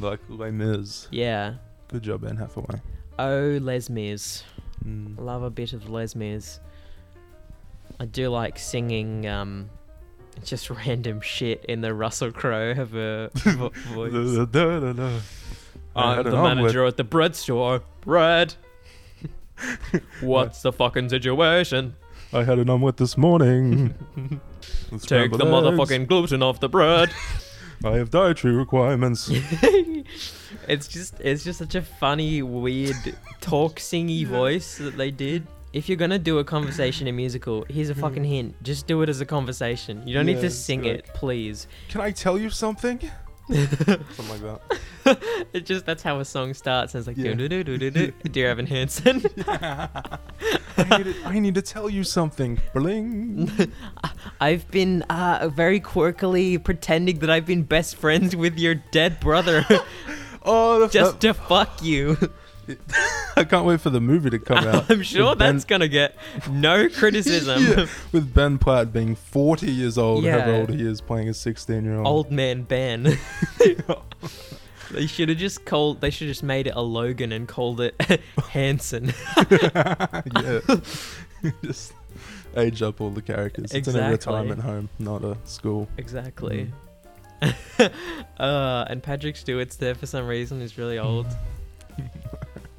[SPEAKER 1] Mm, like Les Mis.
[SPEAKER 2] yeah.
[SPEAKER 1] Good job, Anne Hathaway.
[SPEAKER 2] Oh, Les Mis.
[SPEAKER 1] Mm.
[SPEAKER 2] Love a bit of Les Mis. I do like singing um, just random shit in the Russell Crowe have a vo- voice.
[SPEAKER 1] Da-da-da-da. I
[SPEAKER 2] I'm
[SPEAKER 1] had
[SPEAKER 2] the
[SPEAKER 1] an omelet.
[SPEAKER 2] manager at the bread store. Bread. What's the fucking situation?
[SPEAKER 1] I had an omelet this morning. With
[SPEAKER 2] Take the
[SPEAKER 1] scrambled eggs.
[SPEAKER 2] motherfucking gluten off the bread.
[SPEAKER 1] I have dietary requirements.
[SPEAKER 2] it's just it's just such a funny, weird talk singy voice that they did. If you're gonna do a conversation in musical, here's a fucking hint. Just do it as a conversation. You don't need
[SPEAKER 1] Hmm. Yeah,
[SPEAKER 2] to
[SPEAKER 1] it's
[SPEAKER 2] sing
[SPEAKER 1] like-
[SPEAKER 2] it, please.
[SPEAKER 1] Can I tell you something? Something like that.
[SPEAKER 2] It just that's how a song starts. And it's like
[SPEAKER 1] Yeah.
[SPEAKER 2] do do do do do. Dear Evan Hansen,
[SPEAKER 1] I, need to, I need to tell you something. Bling.
[SPEAKER 2] I've been uh, very quirkily pretending that I've been best friends with your dead brother
[SPEAKER 1] Oh, the
[SPEAKER 2] just to fuck you.
[SPEAKER 1] I can't wait for the movie to come out.
[SPEAKER 2] I'm sure
[SPEAKER 1] with Ben-
[SPEAKER 2] that's gonna get no criticism.
[SPEAKER 1] Yeah, with Ben Platt being 40 years old, however
[SPEAKER 2] Yeah.
[SPEAKER 1] old he is, playing a 16 year old.
[SPEAKER 2] Old man Ben. they should have just called. They should have just made it a Logan and called it Hanson.
[SPEAKER 1] yeah. Just age up all the characters. It's in a
[SPEAKER 2] Exactly.
[SPEAKER 1] retirement home, not a school.
[SPEAKER 2] Exactly.
[SPEAKER 1] Mm.
[SPEAKER 2] uh, and Patrick Stewart's there for some reason. He's really old.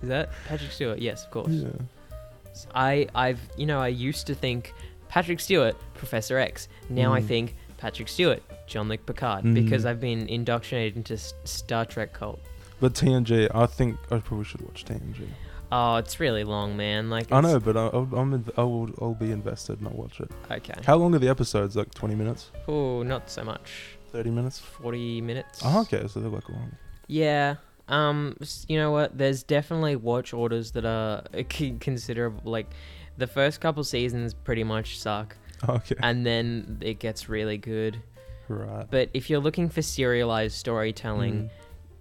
[SPEAKER 2] Is that Patrick Stewart? Yes, of course.
[SPEAKER 1] Yeah.
[SPEAKER 2] I, I've, you know, I used to think Patrick Stewart, Professor X. Now I
[SPEAKER 1] Mm.
[SPEAKER 2] think Patrick Stewart, John Luke Picard,
[SPEAKER 1] Mm.
[SPEAKER 2] because I've been indoctrinated into S- Star Trek cult.
[SPEAKER 1] But TNG, I think I probably should watch TNG.
[SPEAKER 2] Oh, it's really long, man. Like,
[SPEAKER 1] I
[SPEAKER 2] it's-
[SPEAKER 1] know, but I, I'll- I'm in, I will, I'll be invested and I'll watch it.
[SPEAKER 2] Okay.
[SPEAKER 1] How long are the episodes? Like 20 minutes?
[SPEAKER 2] Oh, not so much.
[SPEAKER 1] 30 minutes?
[SPEAKER 2] 40 minutes.
[SPEAKER 1] Oh, okay, so they're like long.
[SPEAKER 2] Yeah. Um, s- you know what? There's definitely watch orders that are uh, c- considerable. Like, the first couple seasons pretty much suck,
[SPEAKER 1] Okay,
[SPEAKER 2] and then it gets really good.
[SPEAKER 1] right.
[SPEAKER 2] But if you're looking for serialized storytelling,
[SPEAKER 1] Mm.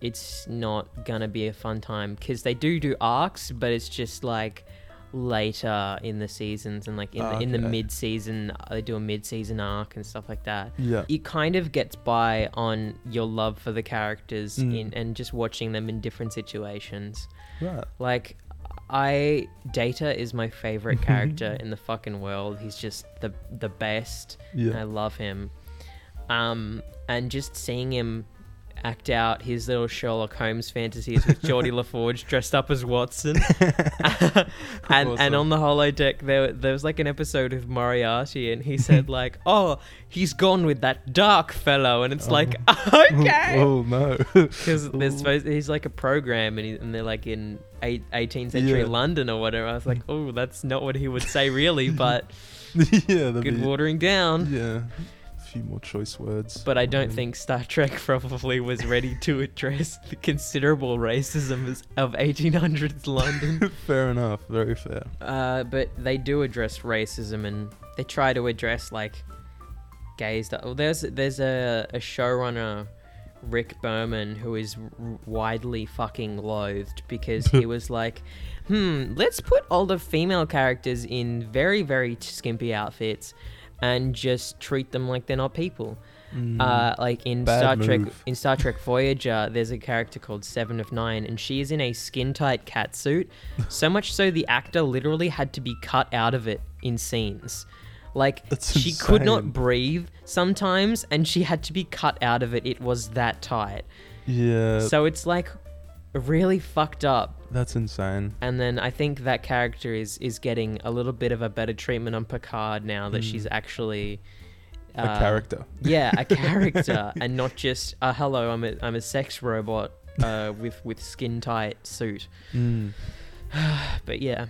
[SPEAKER 2] it's not gonna be a fun time because they do do arcs, but it's just like later in the seasons and like in the, in the
[SPEAKER 1] Okay.
[SPEAKER 2] mid season they do a mid season arc and stuff like that.
[SPEAKER 1] Yeah.
[SPEAKER 2] it kind of gets by on your love for the characters
[SPEAKER 1] Mm.
[SPEAKER 2] in and just watching them in different situations.
[SPEAKER 1] Right.
[SPEAKER 2] Like I Data is my favorite character in the fucking world. He's just the the best. I
[SPEAKER 1] Yeah.
[SPEAKER 2] love him. Um and just seeing him act out his little Sherlock Holmes fantasies with Geordie LaForge dressed up as Watson. and
[SPEAKER 1] Awesome.
[SPEAKER 2] and on the holodeck there there was like an episode of Moriarty and he said like, "Oh, he's gone with that dark fellow." And it's like, "Okay."
[SPEAKER 1] oh no.
[SPEAKER 2] Because there's supposed he's like a program, and, he, and they're like in eight, 18th century
[SPEAKER 1] Yeah.
[SPEAKER 2] London or whatever. I was like, oh, that's not what he would say really, but
[SPEAKER 1] yeah. that'd
[SPEAKER 2] good
[SPEAKER 1] be-
[SPEAKER 2] watering down.
[SPEAKER 1] Yeah. A few more choice words.
[SPEAKER 2] But I don't
[SPEAKER 1] Mm.
[SPEAKER 2] think Star Trek probably was ready to address the considerable racism is- of 1800s London.
[SPEAKER 1] Fair enough. Very fair.
[SPEAKER 2] uh, but they do address racism, and they try to address like gays. That, well, there's there's a, a showrunner. Rick Berman, who is r- widely fucking loathed because he was like, hmm, let's put older female characters in very, very skimpy outfits and just treat them like they're not people.
[SPEAKER 1] Mm.
[SPEAKER 2] Uh, like in
[SPEAKER 1] Bad
[SPEAKER 2] Star Trek,
[SPEAKER 1] move.
[SPEAKER 2] in Star Trek Voyager, there's a character called Seven of Nine, and she is in a skin-tight catsuit, so much so the actor literally had to be cut out of it in scenes. Like
[SPEAKER 1] That's
[SPEAKER 2] she could
[SPEAKER 1] insane.
[SPEAKER 2] not breathe sometimes, and she had to be cut out of it. It was that tight.
[SPEAKER 1] yeah.
[SPEAKER 2] so it's like really fucked up.
[SPEAKER 1] that's insane.
[SPEAKER 2] And then I think that character is is getting a little bit of a better treatment on Picard now that she's actually
[SPEAKER 1] Hmm. a
[SPEAKER 2] uh,
[SPEAKER 1] character.
[SPEAKER 2] yeah, a character, and not just uh, hello. I'm a I'm a sex robot uh, with with skin tight suit.
[SPEAKER 1] Mm.
[SPEAKER 2] But yeah,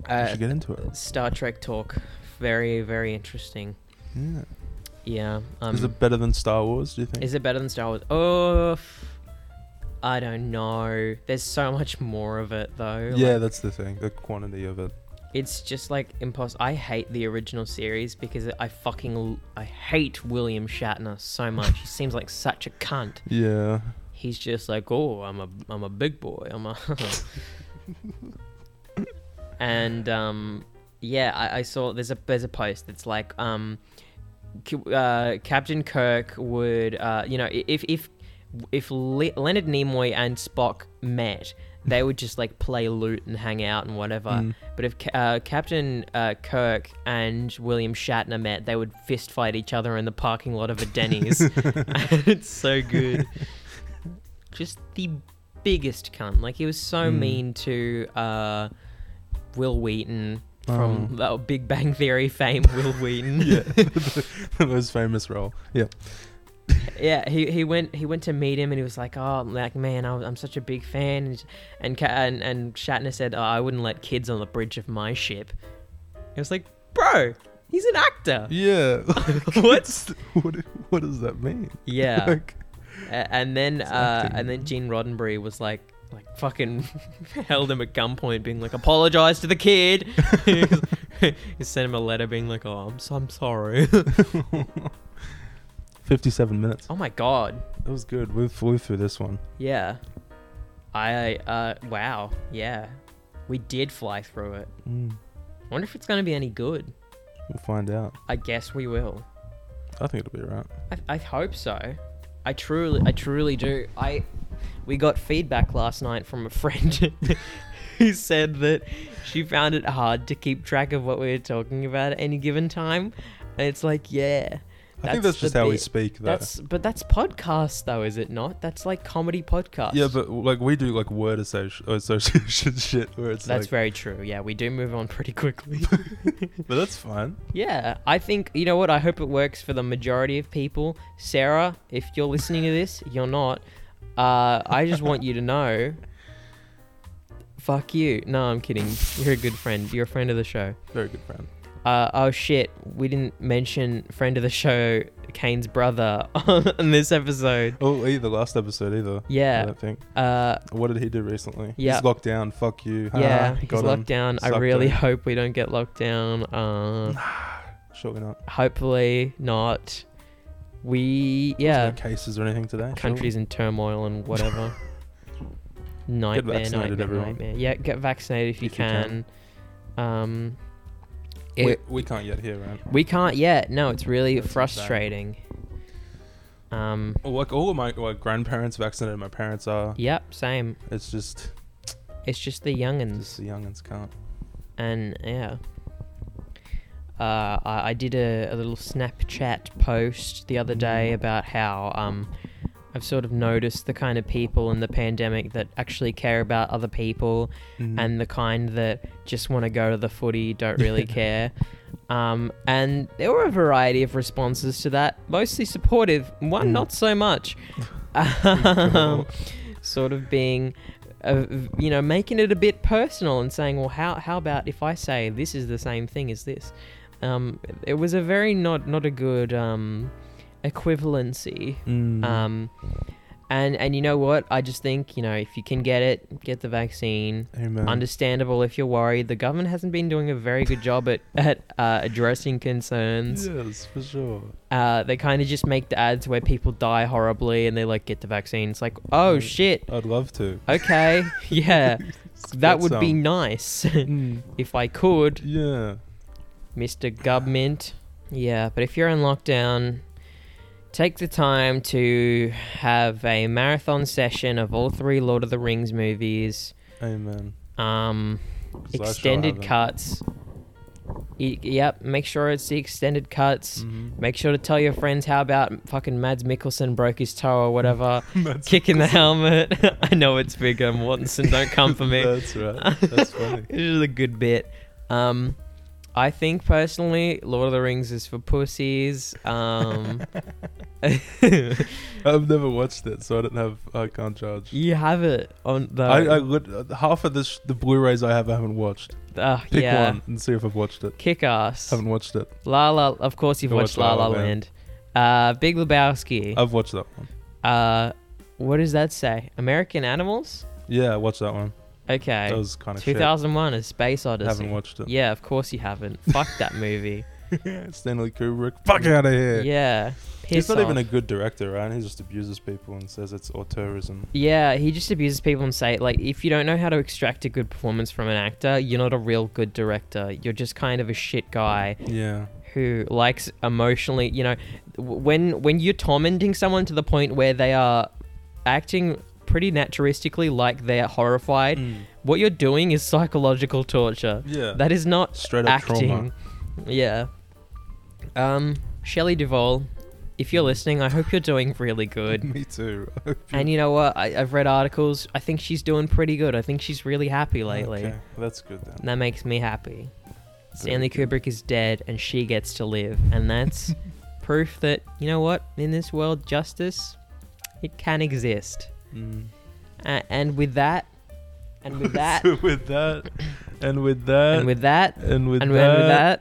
[SPEAKER 1] we
[SPEAKER 2] uh,
[SPEAKER 1] should get into it.
[SPEAKER 2] Star Trek talk, very very interesting.
[SPEAKER 1] Yeah.
[SPEAKER 2] Yeah, um,
[SPEAKER 1] is it better than Star Wars? Do you think?
[SPEAKER 2] is it better than Star Wars? Oh, f- I don't know. There's so much more of it though.
[SPEAKER 1] yeah,
[SPEAKER 2] like,
[SPEAKER 1] that's the thing. The quantity of it.
[SPEAKER 2] it's just like impossible. I hate the original series because I fucking l- I hate William Shatner so much. he seems like such a cunt.
[SPEAKER 1] Yeah.
[SPEAKER 2] he's just like, oh, I'm a I'm a big boy. I'm a and um, yeah, I, I saw there's a there's a post that's like um, K- uh, Captain Kirk would uh, you know i- if if if Le- Leonard Nimoy and Spock met, they would just like play loot and hang out and whatever.
[SPEAKER 1] Mm.
[SPEAKER 2] But if Ca- uh, Captain uh, Kirk and William Shatner met, they would fist fight each other in the parking lot of a Denny's. it's so good. Just the biggest cunt. Like he was so
[SPEAKER 1] Mm.
[SPEAKER 2] mean to uh, Will Wheaton
[SPEAKER 1] Oh.
[SPEAKER 2] from the Big Bang Theory fame. Will Wheaton.
[SPEAKER 1] yeah, the most famous role. Yeah,
[SPEAKER 2] Yeah, he, he went he went to meet him and he was like, oh, like man, I, I'm such a big fan. And and Ca- and, and Shatner said, oh, I wouldn't let kids on the bridge of my ship. It was like, bro, he's an actor.
[SPEAKER 1] yeah.
[SPEAKER 2] what?
[SPEAKER 1] what? What does that mean?
[SPEAKER 2] Yeah.
[SPEAKER 1] Like,
[SPEAKER 2] A- and then
[SPEAKER 1] It's
[SPEAKER 2] uh,
[SPEAKER 1] acting.
[SPEAKER 2] and then Gene Roddenberry was like like fucking held him at gunpoint, being like, apologize to the kid. he sent him a letter being like, oh, I'm so, I'm sorry.
[SPEAKER 1] Fifty-seven minutes.
[SPEAKER 2] oh my god.
[SPEAKER 1] That was good. We flew through this one.
[SPEAKER 2] Yeah. I uh wow, yeah. We did fly through it.
[SPEAKER 1] Mm,
[SPEAKER 2] Wonder if it's gonna be any good.
[SPEAKER 1] we'll find out.
[SPEAKER 2] I guess we will.
[SPEAKER 1] I think it'll be alright.
[SPEAKER 2] I, I hope so. I truly I truly do. I we got feedback last night from a friend who said that she found it hard to keep track of what we were talking about at any given time. And it's like, yeah.
[SPEAKER 1] I think that's
[SPEAKER 2] the
[SPEAKER 1] just how we
[SPEAKER 2] bit.
[SPEAKER 1] speak. Though.
[SPEAKER 2] That's but that's podcast though, is it not? That's like comedy podcast.
[SPEAKER 1] yeah, but like we do like word associ- association shit where it's
[SPEAKER 2] that's
[SPEAKER 1] like,
[SPEAKER 2] very true. Yeah, we do move on pretty quickly.
[SPEAKER 1] but that's fine.
[SPEAKER 2] Yeah, I think you know what. I hope it works for the majority of people. Sarah, if you're listening to this, you're not. Uh, I just want you to know. Fuck you. No, I'm kidding. You're a good friend. You're a friend of the show.
[SPEAKER 1] Very good friend.
[SPEAKER 2] Uh, oh shit, we didn't mention friend of the show, Kane's brother, on this episode.
[SPEAKER 1] Oh, either last episode either. I
[SPEAKER 2] Yeah.
[SPEAKER 1] don't think.
[SPEAKER 2] Uh,
[SPEAKER 1] What did he do recently?
[SPEAKER 2] Yeah.
[SPEAKER 1] He's locked down. Fuck you. Ha, Ah,
[SPEAKER 2] yeah,
[SPEAKER 1] got
[SPEAKER 2] he's
[SPEAKER 1] him.
[SPEAKER 2] locked down. I
[SPEAKER 1] Sucked
[SPEAKER 2] really
[SPEAKER 1] in.
[SPEAKER 2] hope we don't get locked down. Uh,
[SPEAKER 1] Surely not.
[SPEAKER 2] hopefully not. We
[SPEAKER 1] There's
[SPEAKER 2] yeah.
[SPEAKER 1] No cases or anything today.
[SPEAKER 2] countries in turmoil and whatever. nightmare,
[SPEAKER 1] vaccinated,
[SPEAKER 2] nightmare,
[SPEAKER 1] everyone.
[SPEAKER 2] nightmare. Yeah, get vaccinated if you
[SPEAKER 1] If you
[SPEAKER 2] can.
[SPEAKER 1] can.
[SPEAKER 2] Um,
[SPEAKER 1] surely.
[SPEAKER 2] it-
[SPEAKER 1] we, we can't get here, right?
[SPEAKER 2] we can't yet. No, it's really
[SPEAKER 1] That's what's bad.
[SPEAKER 2] frustrating. Um,
[SPEAKER 1] like all of my like, grandparents vaccinated. My parents are.
[SPEAKER 2] yep, same.
[SPEAKER 1] It's just
[SPEAKER 2] It's just the youngins,
[SPEAKER 1] just the youngins can't.
[SPEAKER 2] and yeah. Uh, I, I did a, a little Snapchat post the other day about how um, I've sort of noticed the kind of people in the pandemic that actually care about other people
[SPEAKER 1] Mm.
[SPEAKER 2] and the kind that just want to go to the footy, don't really care. Um, and there were a variety of responses to that, mostly supportive, one
[SPEAKER 1] Mm.
[SPEAKER 2] not so much. Um, sort of being, uh, you know, making it a bit personal and saying, well, how, how about if I say this is the same thing as this? Um, it was a very not, not a good um, equivalency.
[SPEAKER 1] Mm.
[SPEAKER 2] Um, and, and you know what? I just think, you know, if you can get it, get the vaccine.
[SPEAKER 1] Amen.
[SPEAKER 2] Understandable if you're worried. The government hasn't been doing a very good job at, at uh, addressing concerns.
[SPEAKER 1] yes, for sure.
[SPEAKER 2] Uh, they kind of just make the ads where people die horribly and they like get the vaccine. It's like, oh
[SPEAKER 1] Mm.
[SPEAKER 2] shit,
[SPEAKER 1] I'd love to.
[SPEAKER 2] okay, yeah, that
[SPEAKER 1] Get
[SPEAKER 2] would be
[SPEAKER 1] some.
[SPEAKER 2] nice
[SPEAKER 1] Mm.
[SPEAKER 2] if I could,
[SPEAKER 1] Yeah.
[SPEAKER 2] Mr. Government. Yeah, but if you're in lockdown, take the time to have a marathon session of all three Lord of the Rings movies.
[SPEAKER 1] Amen.
[SPEAKER 2] Um,
[SPEAKER 1] 'Cause I shall
[SPEAKER 2] extended
[SPEAKER 1] have them.
[SPEAKER 2] cuts. Y- yep, make sure it's the extended cuts.
[SPEAKER 1] Mhm.
[SPEAKER 2] Make sure to tell your friends how about fucking Mads Mikkelsen broke his toe or whatever,
[SPEAKER 1] That's-
[SPEAKER 2] kicking the helmet. I know it's bigger and Watson, don't come for me.
[SPEAKER 1] That's right. That's funny.
[SPEAKER 2] This is a good bit. Um, I think personally, Lord of the Rings is for pussies. Um,
[SPEAKER 1] I've never watched it, so I don't have. I can't judge.
[SPEAKER 2] you have it on the.
[SPEAKER 1] I, I lit- half of this, the Blu-rays I have, I haven't watched.
[SPEAKER 2] uh,
[SPEAKER 1] Pick
[SPEAKER 2] yeah,
[SPEAKER 1] one and see if I've watched it.
[SPEAKER 2] kick ass.
[SPEAKER 1] Haven't watched it.
[SPEAKER 2] La La, of course you've
[SPEAKER 1] I watched
[SPEAKER 2] watched La La
[SPEAKER 1] La La
[SPEAKER 2] Land. Uh, Big Lebowski.
[SPEAKER 1] I've watched that one.
[SPEAKER 2] Uh, what does that say? American Animals.
[SPEAKER 1] Yeah, I watched that one. That
[SPEAKER 2] Okay.
[SPEAKER 1] was kind of shit.
[SPEAKER 2] 2001: A Space Odyssey.
[SPEAKER 1] Haven't watched it.
[SPEAKER 2] Yeah, of course you haven't. Fuck that movie.
[SPEAKER 1] Stanley Kubrick. Fuck out of here.
[SPEAKER 2] Yeah. Piss
[SPEAKER 1] He's not even a
[SPEAKER 2] off.
[SPEAKER 1] good director, right? He just abuses people and says it's auteurism.
[SPEAKER 2] Yeah, he just abuses people and say like, if you don't know how to extract a good performance from an actor, you're not a real good director. You're just kind of a shit guy
[SPEAKER 1] Yeah.
[SPEAKER 2] who likes emotionally. You know, w- when when you're tormenting someone to the point where they are acting pretty naturalistically like they're horrified.
[SPEAKER 1] Mm.
[SPEAKER 2] What you're doing is psychological torture.
[SPEAKER 1] Yeah.
[SPEAKER 2] That is not
[SPEAKER 1] Straight up trauma.
[SPEAKER 2] acting. Yeah. Um, Shelley Duvall, if you're listening, I hope you're doing really good.
[SPEAKER 1] Me too.
[SPEAKER 2] And you know what? I, I've read articles. I think she's doing pretty good. I think she's really happy lately.
[SPEAKER 1] Okay, that's good then.
[SPEAKER 2] And that makes me happy.
[SPEAKER 1] Very
[SPEAKER 2] Stanley Kubrick is dead and she gets to live. And that's proof that, you know what, in this world, justice, it can exist.
[SPEAKER 1] Mm.
[SPEAKER 2] A- and with that, and with that,
[SPEAKER 1] So with that, and with that,
[SPEAKER 2] mm. and with that,
[SPEAKER 1] and with
[SPEAKER 2] and with that